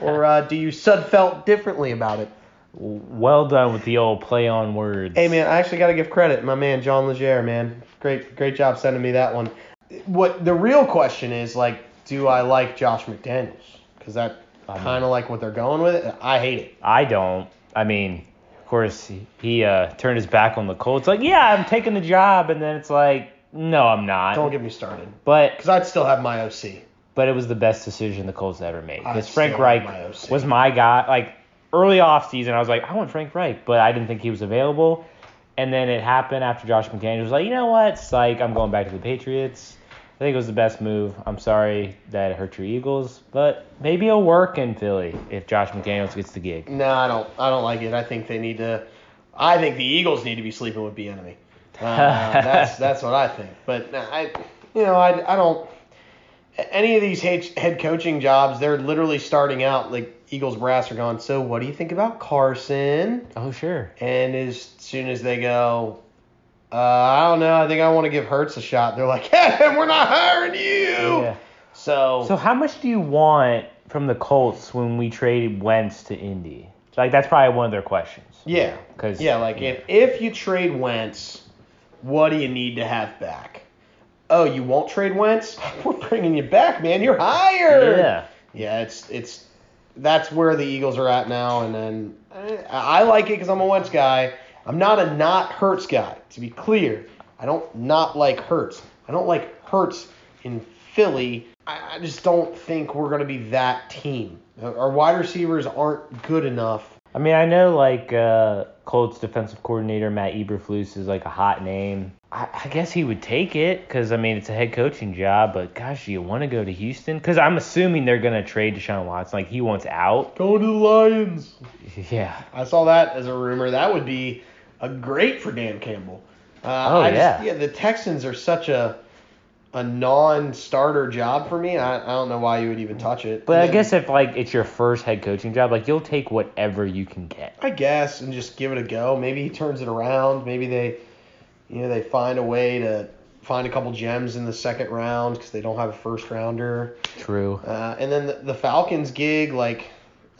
S1: or uh, do you sud felt differently about it?
S2: Well done with the old play on words.
S1: Hey man, I actually got to give credit, my man John Legere, man. Great, great job sending me that one. What the real question is like, do I like Josh McDaniels? Because that
S2: I'm-
S1: kind of like what they're going with it. I hate it.
S2: I don't. I mean, of course, he, he uh, turned his back on the Colts. Like, yeah, I'm taking the job, and then it's like, no, I'm not.
S1: Don't get me started.
S2: but
S1: Because I'd still have my OC.
S2: but it was the best decision the Colts ever made
S1: I
S2: because Frank
S1: still like
S2: Reich
S1: my OC.
S2: was my guy. Like early off season, I was like, I want Frank Reich, but I didn't think he was available. And then it happened after Josh McDaniels was like, you know what? It's like I'm going back to the Patriots. I think it was the best move. I'm sorry that it hurt your Eagles, but maybe it'll work in Philly if Josh McDaniels gets the gig.
S1: No, I don't. I don't like it. I think they need to. I think the Eagles need to be sleeping with enemy. Uh, that's that's what I think. But no, I, you know, I, I don't. Any of these head, head coaching jobs, they're literally starting out like Eagles brass are gone. So what do you think about Carson?
S2: Oh sure.
S1: And as soon as they go, uh, I don't know. I think I want to give Hertz a shot. They're like, hey, we're not hiring you.
S2: Yeah.
S1: So,
S2: So how much do you want from the Colts when we traded Wentz to Indy? Like that's probably one of their questions.
S1: yeah,
S2: 'Cause-
S1: yeah, like if if you trade Wentz, what do you need to have back? Oh, you won't trade Wentz? We're bringing you back, man. You're hired.
S2: Yeah.
S1: Yeah, it's it's that's where the Eagles are at now, and then I, I like it because I'm a Wentz guy. I'm not a not Hurts guy. To be clear, I don't not like Hurts. I don't like Hurts in Philly. I, I just don't think we're gonna be that team. Our wide receivers aren't good enough.
S2: I mean, I know like uh, Colts defensive coordinator Matt Eberflus is like a hot name. I, I guess he would take it because I mean it's a head coaching job. But gosh, do you want to go to Houston? Because I'm assuming they're gonna trade Deshaun Watson. Like he wants out.
S1: Go to the Lions.
S2: Yeah.
S1: I saw that as a rumor. That would be a great for Dan Campbell. Uh,
S2: Oh,
S1: I just-
S2: yeah.
S1: yeah. The Texans are such a a non-starter job for me. I, I don't know why you would even touch it.
S2: But I
S1: And-
S2: guess if like it's your first head coaching job, like you'll take whatever you can get.
S1: I guess, and just give it a go. Maybe he turns it around. Maybe they, you know, they find a way to find a couple gems in the second round because they don't have a first rounder.
S2: True.
S1: Uh, and then the, the Falcons gig, like,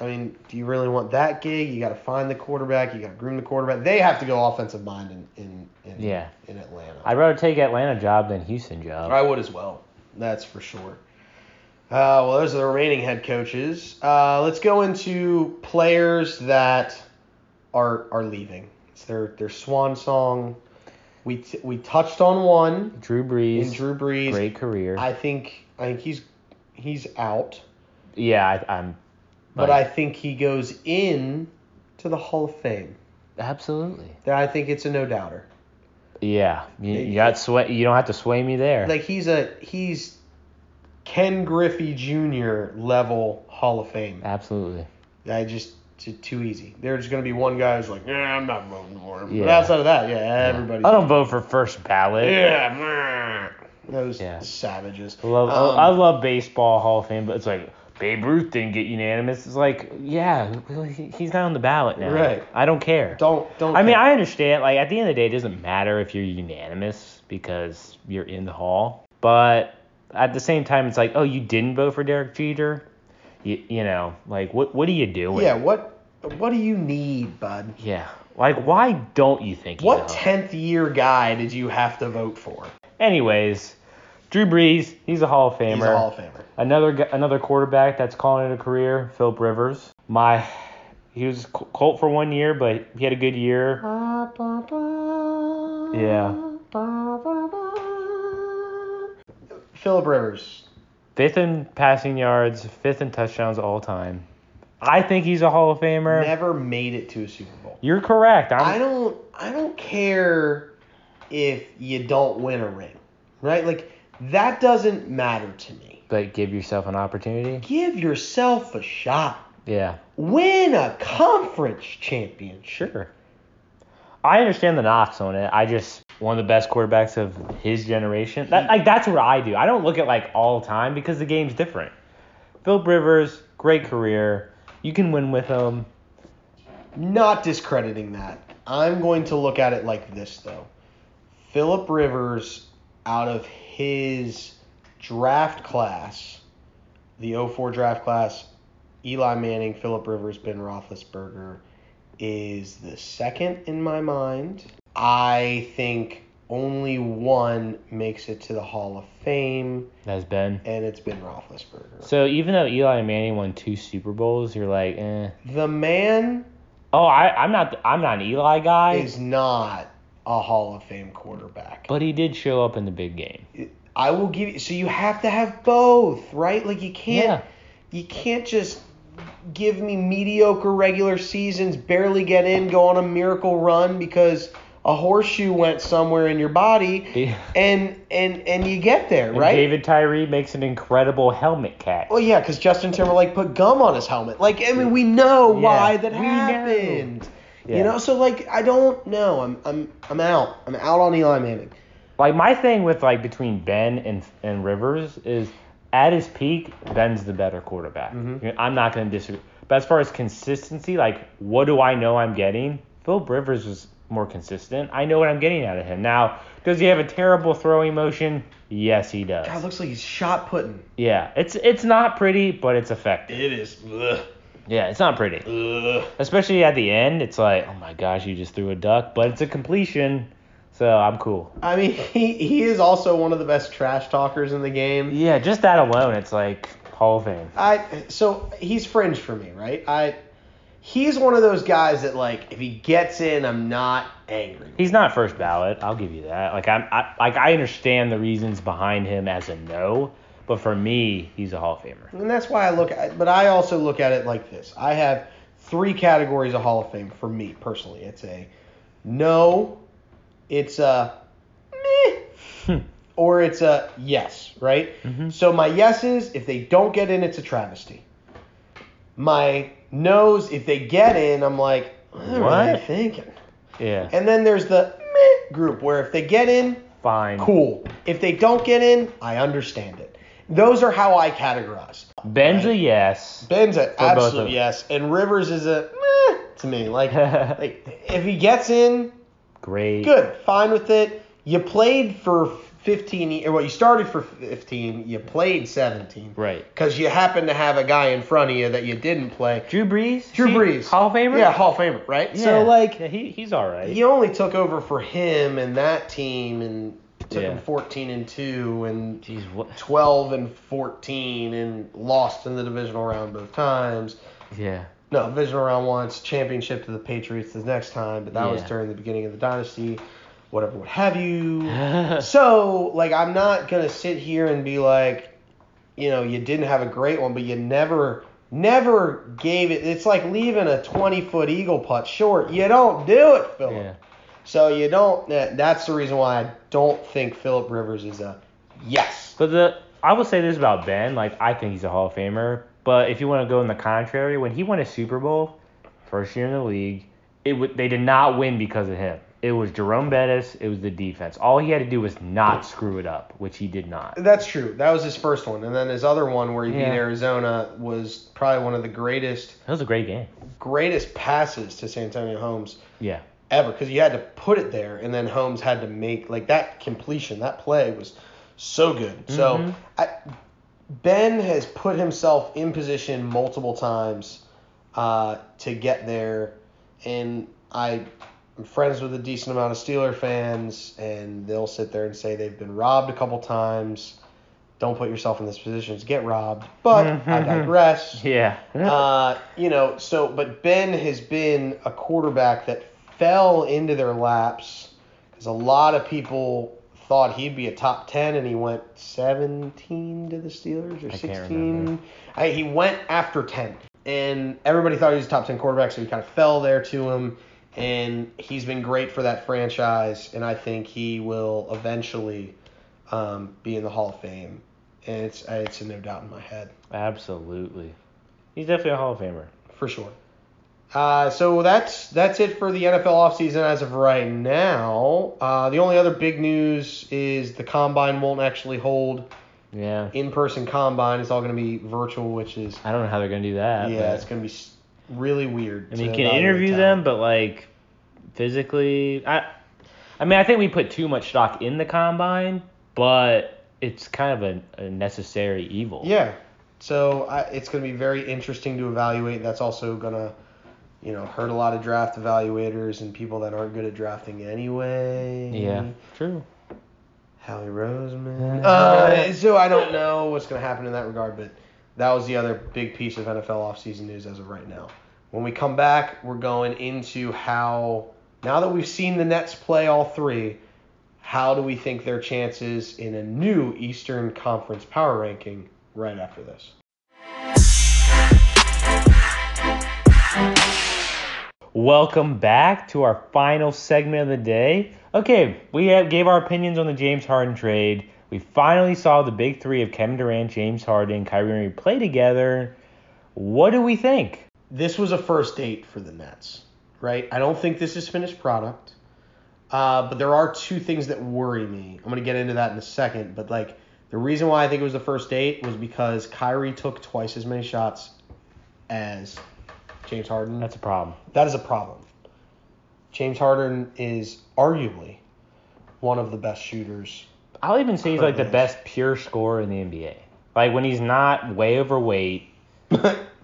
S1: I mean, do you really want that gig? You got to find the quarterback. You got to groom the quarterback. They have to go offensive mind in in in,
S2: Yeah.
S1: in Atlanta.
S2: I'd rather take Atlanta job than Houston job.
S1: I would as well. That's for sure. Uh, well, those are the remaining head coaches. Uh, let's go into players that are are leaving. It's their their swan song. We t- we touched on one
S2: Drew Brees,
S1: in Drew Brees.
S2: great career.
S1: I think I think he's he's out,
S2: yeah, I, I'm.
S1: but
S2: like,
S1: I think he goes in to the Hall of Fame.
S2: absolutely.
S1: That I think it's a no doubter.
S2: Yeah, you,
S1: It-
S2: you got sway. You don't have to sway me there.
S1: Like he's a he's Ken Griffey Jr. level Hall of Fame.
S2: absolutely.
S1: I just too, too easy. There's gonna be one guy who's like, yeah, I'm not voting for him. But
S2: Yeah.
S1: outside of that, yeah, everybody.
S2: I don't vote for first ballot.
S1: Yeah, meh. those
S2: Yeah.
S1: savages.
S2: Love,
S1: Um,
S2: I love baseball Hall of Fame, but it's like Babe Ruth didn't get unanimous. It's like, yeah, well, he- he's not on the ballot now.
S1: Right.
S2: I don't care.
S1: don't don't.
S2: I mean,
S1: care.
S2: I understand. Like at the end of the day, it doesn't matter if you're unanimous because you're in the hall. But at the same time, it's like, oh, you didn't vote for Derek Jeter. You, you know, like what what are you doing?
S1: yeah. What what do you need, bud?
S2: Yeah. Like why don't you think?
S1: What
S2: he's a-
S1: tenth year guy did you have to vote for?
S2: Anyways, Drew Brees, he's a Hall of Famer.
S1: He's a Hall of Famer.
S2: Another gu- another quarterback that's calling it a career, Philip Rivers. My, he was Col- Colt for one year, but he had a good year. Yeah.
S1: Philip Rivers.
S2: Fifth in passing yards, fifth in touchdowns all time. I think he's a Hall of Famer.
S1: Never made it to a Super Bowl.
S2: You're correct. I'm,
S1: I don't I don't care if you don't win a ring, right? Like that doesn't matter to me.
S2: but give yourself an opportunity.
S1: Give yourself a shot.
S2: Yeah,
S1: Win a conference championship.
S2: sure. I understand the knocks on it. I just one of the best quarterbacks of his generation. That, like that's what I do. I don't look at like all time because the game's different. Philip Rivers, great career. You can win with him.
S1: Not discrediting that. I'm going to look at it like this though. Philip Rivers out of his draft class, the 04 draft class, Eli Manning, Philip Rivers, Ben Roethlisberger is the second in my mind. I think only one makes it to the Hall of Fame,
S2: That's Ben.
S1: and it's Ben Roethlisberger.
S2: So even though Eli Manning won two Super Bowls, you're like, eh.
S1: The man
S2: Oh, I, I'm not. I'm not an Eli guy.
S1: is not a Hall of Fame quarterback.
S2: But he did show up in the big game.
S1: I will give you. So you have to have both, right? Like you can't.
S2: Yeah.
S1: You can't just give me mediocre regular seasons, barely get in, go on a miracle run because a horseshoe went somewhere in your body,
S2: Yeah.
S1: and and and you get there, right?
S2: David Tyree makes an incredible helmet catch.
S1: well, yeah, because Justin Timberlake put gum on his helmet. Like, I mean, we know
S2: Yeah,
S1: why that
S2: we know.
S1: happened.
S2: Yeah.
S1: You know, so like, I don't know. I'm I'm I'm out. I'm out on Eli Manning.
S2: Like my thing with like between Ben and and Rivers is at his peak, Ben's the better quarterback.
S1: Mhm.
S2: I'm not going to disagree. But as far as consistency, like what do I know I'm getting? Phil Rivers was more consistent. I know what I'm getting out of him. Now, does he have a terrible throwing motion? Yes, he does.
S1: God, looks like he's shot putting.
S2: Yeah, it's it's not pretty, but it's effective.
S1: It is. Ugh,
S2: Yeah, it's not pretty.
S1: ugh.
S2: Especially at the end, it's like, oh my gosh, you just threw a duck, but it's a completion, so I'm cool.
S1: I mean, he, he is also one of the best trash talkers in the game.
S2: Yeah, just that alone, it's like Hall of Fame.
S1: I so he's fringe for me, right? I he's one of those guys that like if he gets in, I'm not angry.
S2: He's not first ballot. I'll give you that. Like I'm, I, like I understand the reasons behind him as a no, but for me, he's a Hall of Famer.
S1: And that's why I look at but I also look at it like this. I have three categories of Hall of Fame for me personally. It's a no, it's a meh, Hmm. or it's a yes, right?
S2: Mhm.
S1: So my yes is if they don't get in, it's a travesty. My no's, if they get in, I'm like, what, are they
S2: What?
S1: thinking?
S2: yeah.
S1: And then there's the meh group where if they get in,
S2: Fine.
S1: Cool. If they don't get in, I understand it. Those are how I categorize.
S2: Ben's a
S1: Right.
S2: yes.
S1: Ben's an
S2: both of
S1: absolute
S2: them.
S1: yes, and Rivers is a meh to me. Like, like if he gets in,
S2: Great.
S1: good, fine with it. You played for 15. ye- Well, you started for 15. You played 17.
S2: Right.
S1: Because you happen to have a guy in front of you that you didn't play.
S2: Drew Brees.
S1: Drew
S2: See,
S1: Brees.
S2: Hall of Famer.
S1: Yeah, Hall of Famer, right? So
S2: Yeah.
S1: like,
S2: Yeah, he, he's all right.
S1: he only took over for him and that team and took
S2: Yeah.
S1: him 14 and 2 and
S2: Jeez, what?
S1: 12 and 14 and lost in the divisional round both times.
S2: Yeah.
S1: No, divisional round once, championship to the Patriots the next time, but that was
S2: Yeah.
S1: during the beginning of the dynasty, whatever, what have you. so, like, I'm not going to sit here and be like, you know, you didn't have a great one, but you never, never gave it. It's like leaving a 20 foot eagle putt short. You don't do it, Philip.
S2: yeah.
S1: So you don't. that- That's the reason why I don't think Philip Rivers is a yes.
S2: But the I will say this about Ben, like I think he's a Hall of Famer. But if you want to go in the contrary, when he won a Super Bowl, first year in the league, it w- they did not win because of him. It was Jerome Bettis. It was the defense. All he had to do was not screw it up, which he did not.
S1: That's true. That was his first one, and then his other one where he
S2: Yeah.
S1: beat Arizona was probably one of the greatest,
S2: That was a great game.
S1: greatest passes to Santonio Holmes
S2: Yeah.
S1: ever, because you had to put it there, and then Holmes had to make like that completion. That play was so good. So
S2: Mhm.
S1: I, Ben has put himself in position multiple times uh, to get there, and I I'm friends with a decent amount of Steeler fans, and they'll sit there and say they've been robbed a couple times. Don't put yourself in this position to get robbed. But I digress.
S2: Yeah.
S1: Uh, you know, so but Ben has been a quarterback that fell into their laps because a lot of people thought he'd be a top ten, and he went seventeen to the Steelers or
S2: can't remember.
S1: sixteen. I, he went after ten, and everybody thought he was a top ten quarterback, so he kind of fell there to him. And he's been great for that franchise, and I think he will eventually um, be in the Hall of Fame. And it's it's a no doubt in my head.
S2: Absolutely. He's definitely a Hall of Famer.
S1: For sure. Uh, so that's that's it for the NFL offseason as of right now. Uh, the only other big news is the combine won't actually hold
S2: Yeah.
S1: in-person combine. It's all going to be virtual, which is
S2: I don't know how they're gonna do that.
S1: yeah,
S2: but-
S1: it's going to be s- really weird. to
S2: I mean, you can
S1: evaluate
S2: interview
S1: talent.
S2: them, but like physically, I, I mean, I think we put too much stock in the combine, but it's kind of a, a necessary evil.
S1: yeah. So I, it's going to be very interesting to evaluate. That's also going to you know hurt a lot of draft evaluators and people that aren't good at drafting anyway.
S2: Yeah. True.
S1: Howie Roseman. Uh, so I don't know what's going to happen in that regard, but that was the other big piece of NFL offseason news as of right now. When we come back, we're going into how, now that we've seen the Nets play all three, how do we think their chances in a new Eastern Conference power ranking right after this?
S2: Welcome back to our final segment of the day. Okay, we have, gave our opinions on the James Harden trade. We finally saw the big three of Kevin Durant, James Harden, Kyrie Irving play together. What do we think?
S1: this was a first date for the Nets, right? I don't think this is finished product. Uh, but there are two things that worry me. I'm gonna get into that in a second, but like the reason why I think it was the first date was because Kyrie took twice as many shots as James Harden.
S2: That's a problem.
S1: That is a problem. James Harden is arguably one of the best shooters.
S2: I'll even say he's like the
S1: Currently.
S2: best pure scorer in the NBA. Like when he's not way overweight,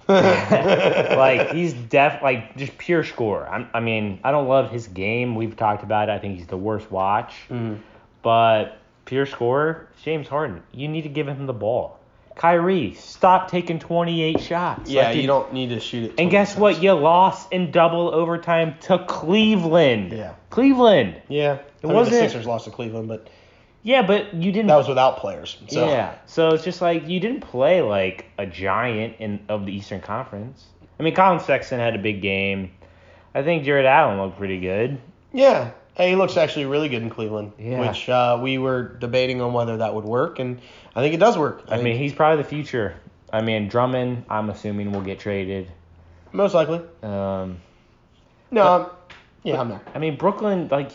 S2: like he's def like just pure scorer. I'm, I mean, I don't love his game. We've talked about it. I think he's the worst watch.
S1: Mm.
S2: But pure scorer, James Harden. You need to give him the ball. Kyrie, stop taking 28 shots.
S1: yeah,
S2: Like,
S1: you don't need to shoot it.
S2: And
S1: 20
S2: guess what?
S1: times.
S2: You lost in double overtime to Cleveland.
S1: Yeah.
S2: Cleveland.
S1: Yeah, it the
S2: wasn't-
S1: Sixers lost to Cleveland, but
S2: Yeah, but you didn't.
S1: that was without players. So.
S2: Yeah. So it's just like you didn't play like a giant in of the Eastern Conference. I mean, Colin Sexton had a big game. I think Jared Allen looked pretty good.
S1: Yeah. Hey, he looks actually really good in Cleveland,
S2: Yeah.
S1: which uh, we were debating on whether that would work, and I think it does work.
S2: I mean, he's probably the future. I mean, Drummond, I'm assuming will get traded.
S1: most likely.
S2: Um,
S1: No, I'm, yeah, I'm there.
S2: I mean, Brooklyn, like,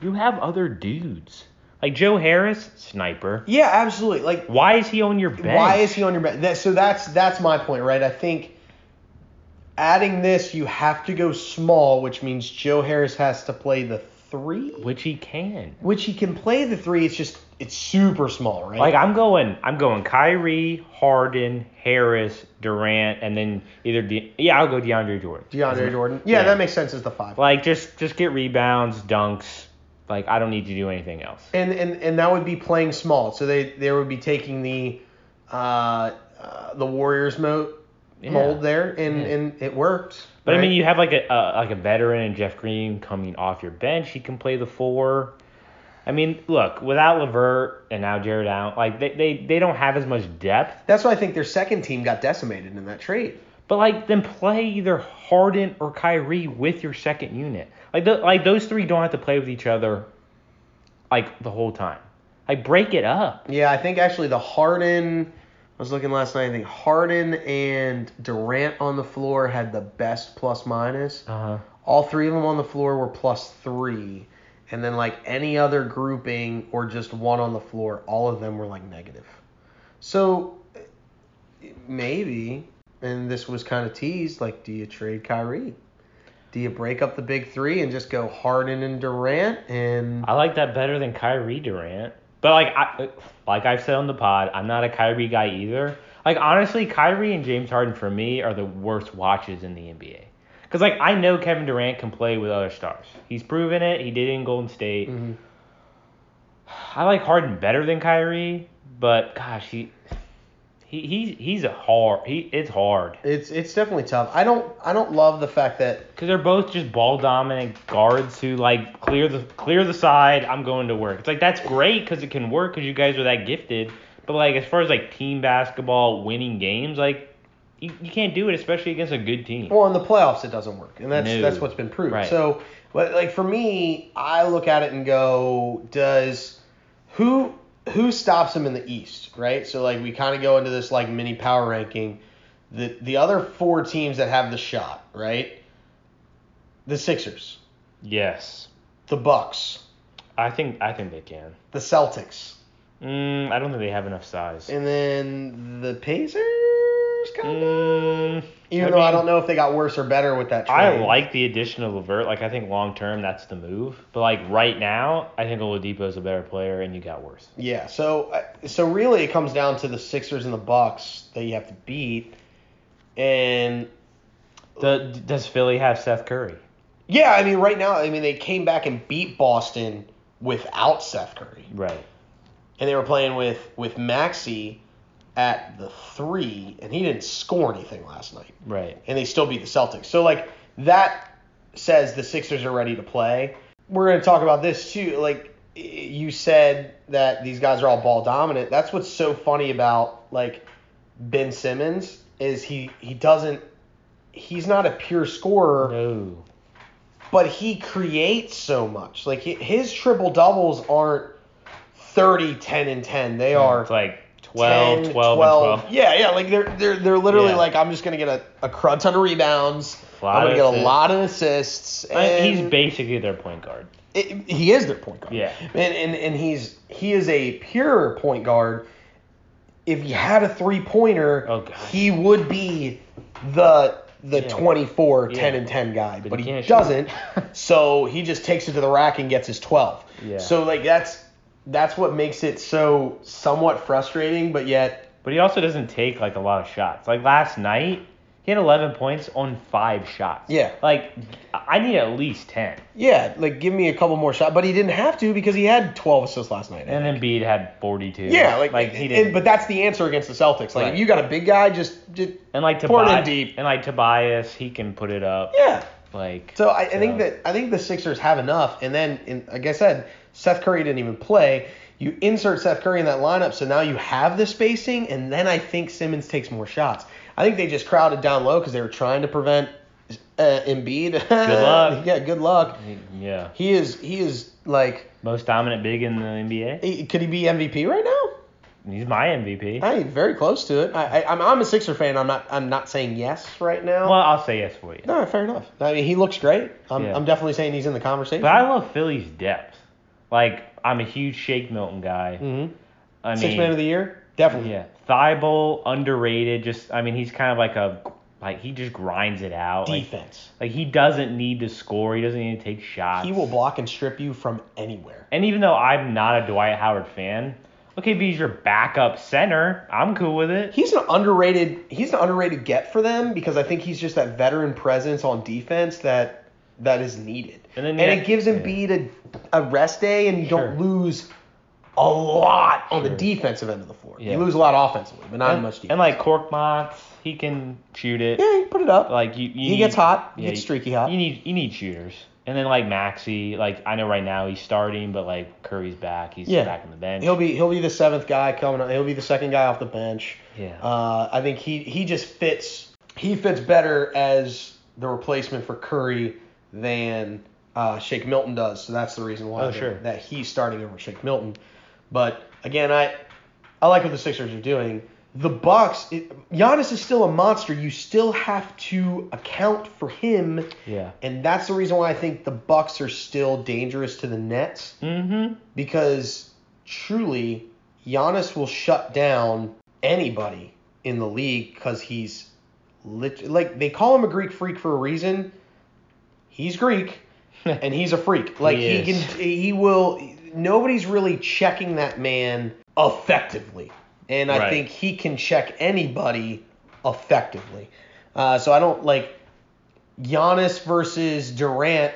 S2: you have other dudes. Like Joe Harris, sniper.
S1: Yeah, absolutely. Like
S2: Why is he on your bench?
S1: Why is he on your bench? That, so that's that's my point, right? I think adding this, you have to go small, which means Joe Harris has to play the three,
S2: Which he can.
S1: which he can play the three. It's just it's super small, right?
S2: Like I'm going, I'm going Kyrie, Harden, Harris, Durant, and then either De- yeah, I'll go DeAndre Jordan.
S1: DeAndre Jordan. Yeah,
S2: Yeah.
S1: that makes sense as the five.
S2: Like just just get rebounds, dunks. Like I don't need to do anything else.
S1: And and and that would be playing small. So they they would be taking the uh, uh the Warriors mode
S2: Yeah.
S1: mold there, and
S2: Yeah.
S1: and it worked.
S2: But I mean,
S1: right?
S2: you have like a, a like a veteran and Jeff Green coming off your bench. He can play the four. I mean, look, without Levert and now Jared Allen, like they, they, they don't have as much depth.
S1: that's why I think their second team got decimated in that trade.
S2: But like, then play either Harden or Kyrie with your second unit. Like the, like those three don't have to play with each other, like the whole time. Like break it up.
S1: Yeah, I think actually the Harden. I was looking last night. I think Harden and Durant on the floor had the best plus minus.
S2: Uh huh.
S1: All three of them on the floor were plus three, and then like any other grouping or just one on the floor, all of them were like negative. So eh, maybe, and this was kind of teased. Like, do you trade Kyrie? Do you break up the big three and just go Harden and Durant and
S2: I like that better than Kyrie Durant. But like I like I've said on the pod, I'm not a Kyrie guy either. Like honestly, Kyrie and James Harden for me are the worst watches in the NBA. Cause like I know Kevin Durant can play with other stars. He's proven it. He did it in Golden State.
S1: Mhm.
S2: I like Harden better than Kyrie, but gosh, he he he's he's a hard he it's hard.
S1: It's it's definitely tough. I don't I don't love the fact that
S2: Cause they're both just ball dominant guards who like clear the clear the side. I'm going to work. It's like that's great because it can work because you guys are that gifted. But like as far as like team basketball, winning games, like you, you can't do it, especially against a good team.
S1: well in the playoffs it doesn't work, and that's
S2: No.
S1: that's what's been proved.
S2: Right.
S1: So, but like for me, I look at it and go, does who who stops him in the East, right? So like we kind of go into this like mini power ranking. The the other four teams that have the shot, right? The Sixers,
S2: Yes,
S1: the Bucks,
S2: I think I think they can.
S1: the Celtics,
S2: Mm, I don't think they have enough size.
S1: and then the Pacers. Kind of.
S2: Mm,
S1: Even
S2: I
S1: though I
S2: mean-
S1: don't know if they got worse or better with that trade.
S2: I like the addition of Levert. Like I think long term that's the move. But like right now, I think Oladipo is a better player, and you got worse.
S1: Yeah, so uh, so really it comes down to the Sixers and the Bucks that you have to beat, and
S2: The, does Philly have Seth Curry?
S1: yeah, I mean right now I mean they came back and beat Boston without Seth Curry,
S2: Right.
S1: and they were playing with with Maxi at the three, and he didn't score anything last night,
S2: Right.
S1: and they still beat the Celtics. So like that says the Sixers are ready to play. We're gonna talk about this too. Like y- you said that these guys are all ball dominant. That's what's so funny about like Ben Simmons is he he doesn't he's not a pure scorer,
S2: No.
S1: but he creates so much. Like hi- his triple doubles aren't 30, 10, and 10. They are
S2: It's like 12,
S1: 10,
S2: 12, and 12.
S1: Yeah, yeah. Like they're they're they're literally
S2: Yeah.
S1: like I'm just gonna get a, a crud ton of rebounds.
S2: Lot
S1: I'm gonna
S2: of
S1: get a
S2: assists.
S1: lot of assists.
S2: I mean,
S1: And
S2: he's basically their point guard.
S1: it- he is their point guard.
S2: Yeah.
S1: And, and and he's he is a pure point guard. If he had a three pointer,
S2: Oh, God.
S1: he would be the the
S2: Yeah.
S1: 24 10
S2: Yeah.
S1: and 10 guy but,
S2: But
S1: he,
S2: he can't shoot.
S1: doesn't so he just takes it to the rack and gets his 12
S2: Yeah.
S1: so like that's that's what makes it so somewhat frustrating but yet
S2: But he also doesn't take like a lot of shots. Like last night, he had 11 points on five shots.
S1: Yeah.
S2: Like I I need at least 10.
S1: Yeah, like give me a couple more shots, but he didn't have to because he had 12 assists last night.
S2: And Embiid had 42.
S1: yeah, like,
S2: he
S1: and-
S2: didn't.
S1: but that's the answer against the Celtics. Like
S2: Right.
S1: if you got a big guy, just, just
S2: and like
S1: Pour it in
S2: Tobias,
S1: deep.
S2: and like Tobias, he can put it up.
S1: yeah.
S2: Like
S1: So I, I think
S2: Yeah.
S1: that I think the Sixers have enough, and then in, like I said, Seth Curry didn't even play. You insert Seth Curry in that lineup, so now you have the spacing, and then I think Simmons takes more shots. I think they just crowded down low because they were trying to prevent uh, Embiid. Good
S2: luck.
S1: yeah, good luck.
S2: yeah,
S1: He is he is like
S2: most dominant big in the NBA.
S1: he- could he be MVP right now?
S2: He's my MVP.
S1: Hey, very close to it. I, I, I'm, I'm a Sixer fan. I'm not. I'm not saying yes right now.
S2: Well, I'll say yes for you.
S1: no, fair enough. I mean, he looks great. I'm,
S2: Yeah.
S1: I'm definitely saying he's in the conversation.
S2: But I love Philly's depth. Like I'm a huge Shake Milton guy.
S1: Mm-hmm.
S2: I
S1: Six
S2: mean,
S1: man of the year, definitely.
S2: yeah, Thibault underrated. Just I mean, he's kind of like a like he just grinds it out. Like,
S1: Defense.
S2: like he doesn't need to score. He doesn't need to take shots.
S1: He will block and strip you from anywhere.
S2: And even though I'm not a Dwight Howard fan, okay, if he's your backup center, I'm cool with it.
S1: He's an underrated. He's an underrated get for them because I think he's just that veteran presence on defense that that is needed.
S2: And then
S1: and
S2: yeah,
S1: it gives
S2: yeah.
S1: Embiid a, a rest day, and you don't
S2: Sure.
S1: lose a lot on the
S2: Sure.
S1: defensive end of the floor.
S2: Yeah.
S1: You lose a lot offensively, but not
S2: and,
S1: much defense.
S2: and like Korkmaz, he can shoot it.
S1: yeah, you put it up.
S2: Like you, you
S1: he
S2: need-
S1: gets hot. He
S2: yeah,
S1: gets
S2: you-
S1: streaky hot.
S2: You need you need shooters. And then like Maxi, like I know right now he's starting, but like Curry's back. He's
S1: Yeah.
S2: back on the bench.
S1: He'll be he'll be the seventh guy coming up. He'll be the second guy off the bench.
S2: Yeah.
S1: Uh, I think he he just fits he fits better as the replacement for Curry than uh, Shake Milton does. So that's the reason why
S2: Oh,
S1: that-
S2: sure.
S1: that he's starting over Shake Milton. But again, I I like what the Sixers are doing. The Bucks, it, Giannis is still a monster. You still have to account for him,
S2: yeah.
S1: and that's the reason why I think the Bucks are still dangerous to the Nets
S2: Mm-hmm.
S1: because truly Giannis will shut down anybody in the league because he's lit- like they call him a Greek freak for a reason. He's Greek and he's a freak. Like he,
S2: He is.
S1: can he will nobody's really checking that man effectively. And I
S2: Right.
S1: think he can check anybody effectively. Uh, so I don't like Giannis versus Durant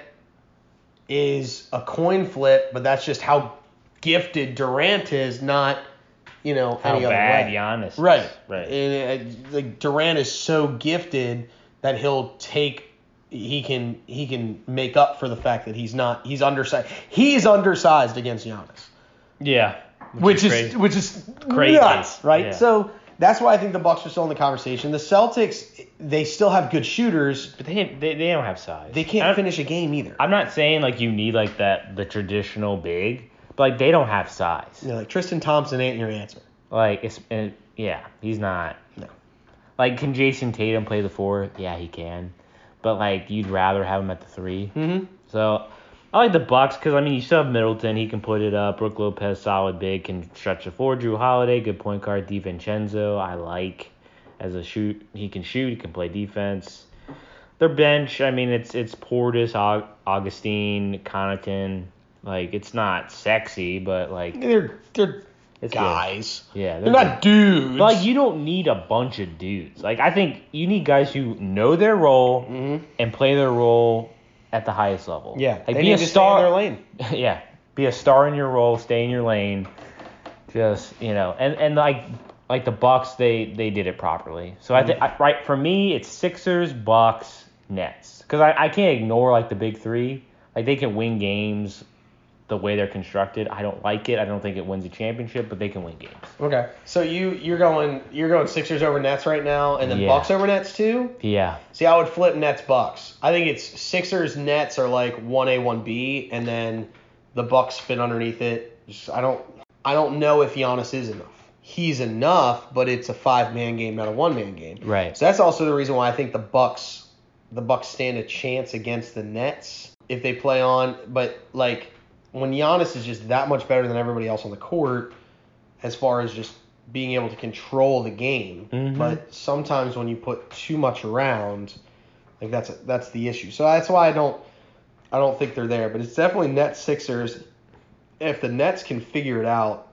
S1: is a coin flip, but that's just how gifted Durant is, not you know
S2: How
S1: any
S2: bad
S1: other way.
S2: Giannis. is.
S1: Right,
S2: Right.
S1: And, uh, like Durant is so gifted that he'll take. He can he can make up for the fact that he's not he's undersized. He's undersized against Giannis,
S2: yeah.
S1: which is
S2: crazy.
S1: which is
S2: Crazy.
S1: nuts, right?
S2: Yeah.
S1: So that's why I think the Bucks are still in the conversation. The Celtics they still have good shooters.
S2: but they, they they don't have size.
S1: They
S2: I
S1: can't
S2: don't-
S1: finish a game either.
S2: I'm not saying like you need like that the traditional big, but like they don't have size.
S1: You know, like Tristan Thompson ain't your answer.
S2: Like it's and, yeah, he's not.
S1: No.
S2: Like can Jason Tatum play the four? Yeah, he can. But like you'd rather have him at the three.
S1: Mm-hmm.
S2: So I like the Bucks because I mean you still have Middleton, he can put it up. Brooke Lopez, solid big, can stretch the four. Drew Holiday, good point guard. Divincenzo, I like as a shoot. He can shoot. He can play defense. Their bench, I mean, it's it's Portis, Au- Augustine, Connaughton. Like it's not sexy, but like
S1: They're they're
S2: it's good.
S1: guys.
S2: Yeah,
S1: They're not dudes.
S2: But, like you don't need a bunch of dudes. Like I think you need guys who know their role
S1: Mhm.
S2: and play their role at the highest level.
S1: Yeah,
S2: like
S1: they
S2: be
S1: need
S2: a
S1: to stay
S2: star.
S1: in their lane.
S2: yeah, be a star in your role, stay in your lane. Just you know, and and like like the Bucks, they they did it properly. So I think I, right for me, it's Sixers, Bucks, Nets, because I I can't ignore like the big three. Like they can win games. The way they're constructed, I don't like it. I don't think it wins a championship, but they can win games.
S1: Okay. So you you're going you're going Sixers over Nets right now, and then
S2: Yeah.
S1: Bucks over Nets too.
S2: Yeah.
S1: See, I would flip Nets Bucks. I think it's Sixers Nets are like one A one B, and then the Bucks fit underneath it. Just, I don't I don't know if Giannis is enough. He's enough, but it's a five man game, not a one man game.
S2: Right.
S1: So that's also the reason why I think the Bucks the Bucks stand a chance against the Nets if they play on. But like when Giannis is just that much better than everybody else on the court, as far as just being able to control the game.
S2: Mhm.
S1: But sometimes when you put too much around, like that's that's the issue. So that's why I don't I don't think they're there. But it's definitely Nets Sixers. If the Nets can figure it out,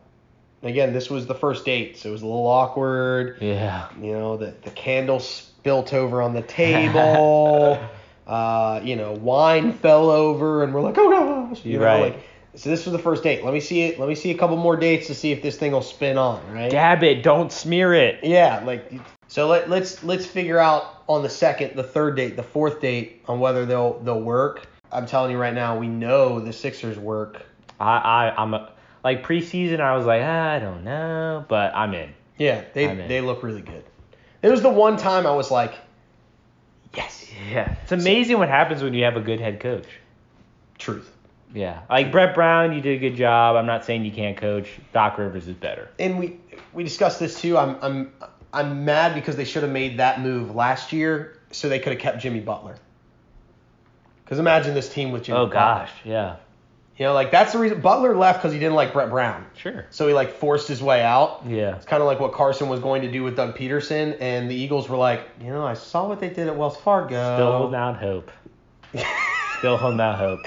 S1: again, this was the first date, so it was a little awkward
S2: Yeah.
S1: you know the, the candle spilt over on the table uh, you know wine fell over and we're like oh gosh you know,
S2: Right.
S1: like, so this was the first date let me see it let me see a couple more dates to see if this thing will spin on right
S2: Dab it, don't smear it.
S1: yeah like so let, let's let's figure out on the second the third date the fourth date on whether they'll they'll work i'm telling you right now we know the sixers work
S2: I, I I'm a, like preseason. I was like, "Ah, I don't know, but I'm in.
S1: yeah they
S2: I'm in.
S1: they look really good it was the one time i was like yes
S2: Yeah. It's amazing what happens when you have a good head coach.
S1: truth
S2: Yeah. Like Brett Brown, you did a good job. I'm not saying you can't coach. Doc Rivers is better.
S1: and we we discussed this too. I'm I'm I'm mad because they should have made that move last year, so they could have kept Jimmy Butler. Because imagine this team with Jimmy.
S2: Oh
S1: Butler.
S2: gosh, yeah.
S1: You know, like that's the reason Butler left because he didn't like Brett Brown.
S2: Sure.
S1: So he like forced his way out.
S2: Yeah.
S1: It's kind of like what Carson was going to do with Doug Peterson, and the Eagles were like, you know, I saw what they did at Wells Fargo.
S2: Still holding out hope. Still holding out hope.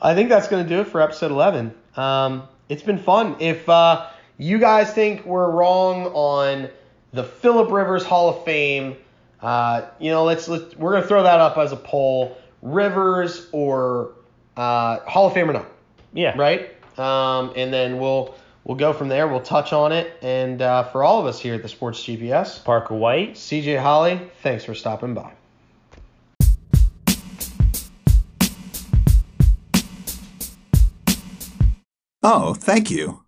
S1: I think that's going to do it for episode 11. Um, it's been fun. If uh, you guys think we're wrong on the Philip Rivers Hall of Fame, uh, you know, let's, let's we're going to throw that up as a poll: Rivers or uh, Hall of Fame or not,
S2: Yeah.
S1: right? Um, and then we'll we'll go from there. We'll touch on it. And uh, for all of us here at the Sports GPS,
S2: Parker White.
S1: CJ Holly, thanks for stopping by.
S3: Oh, thank you.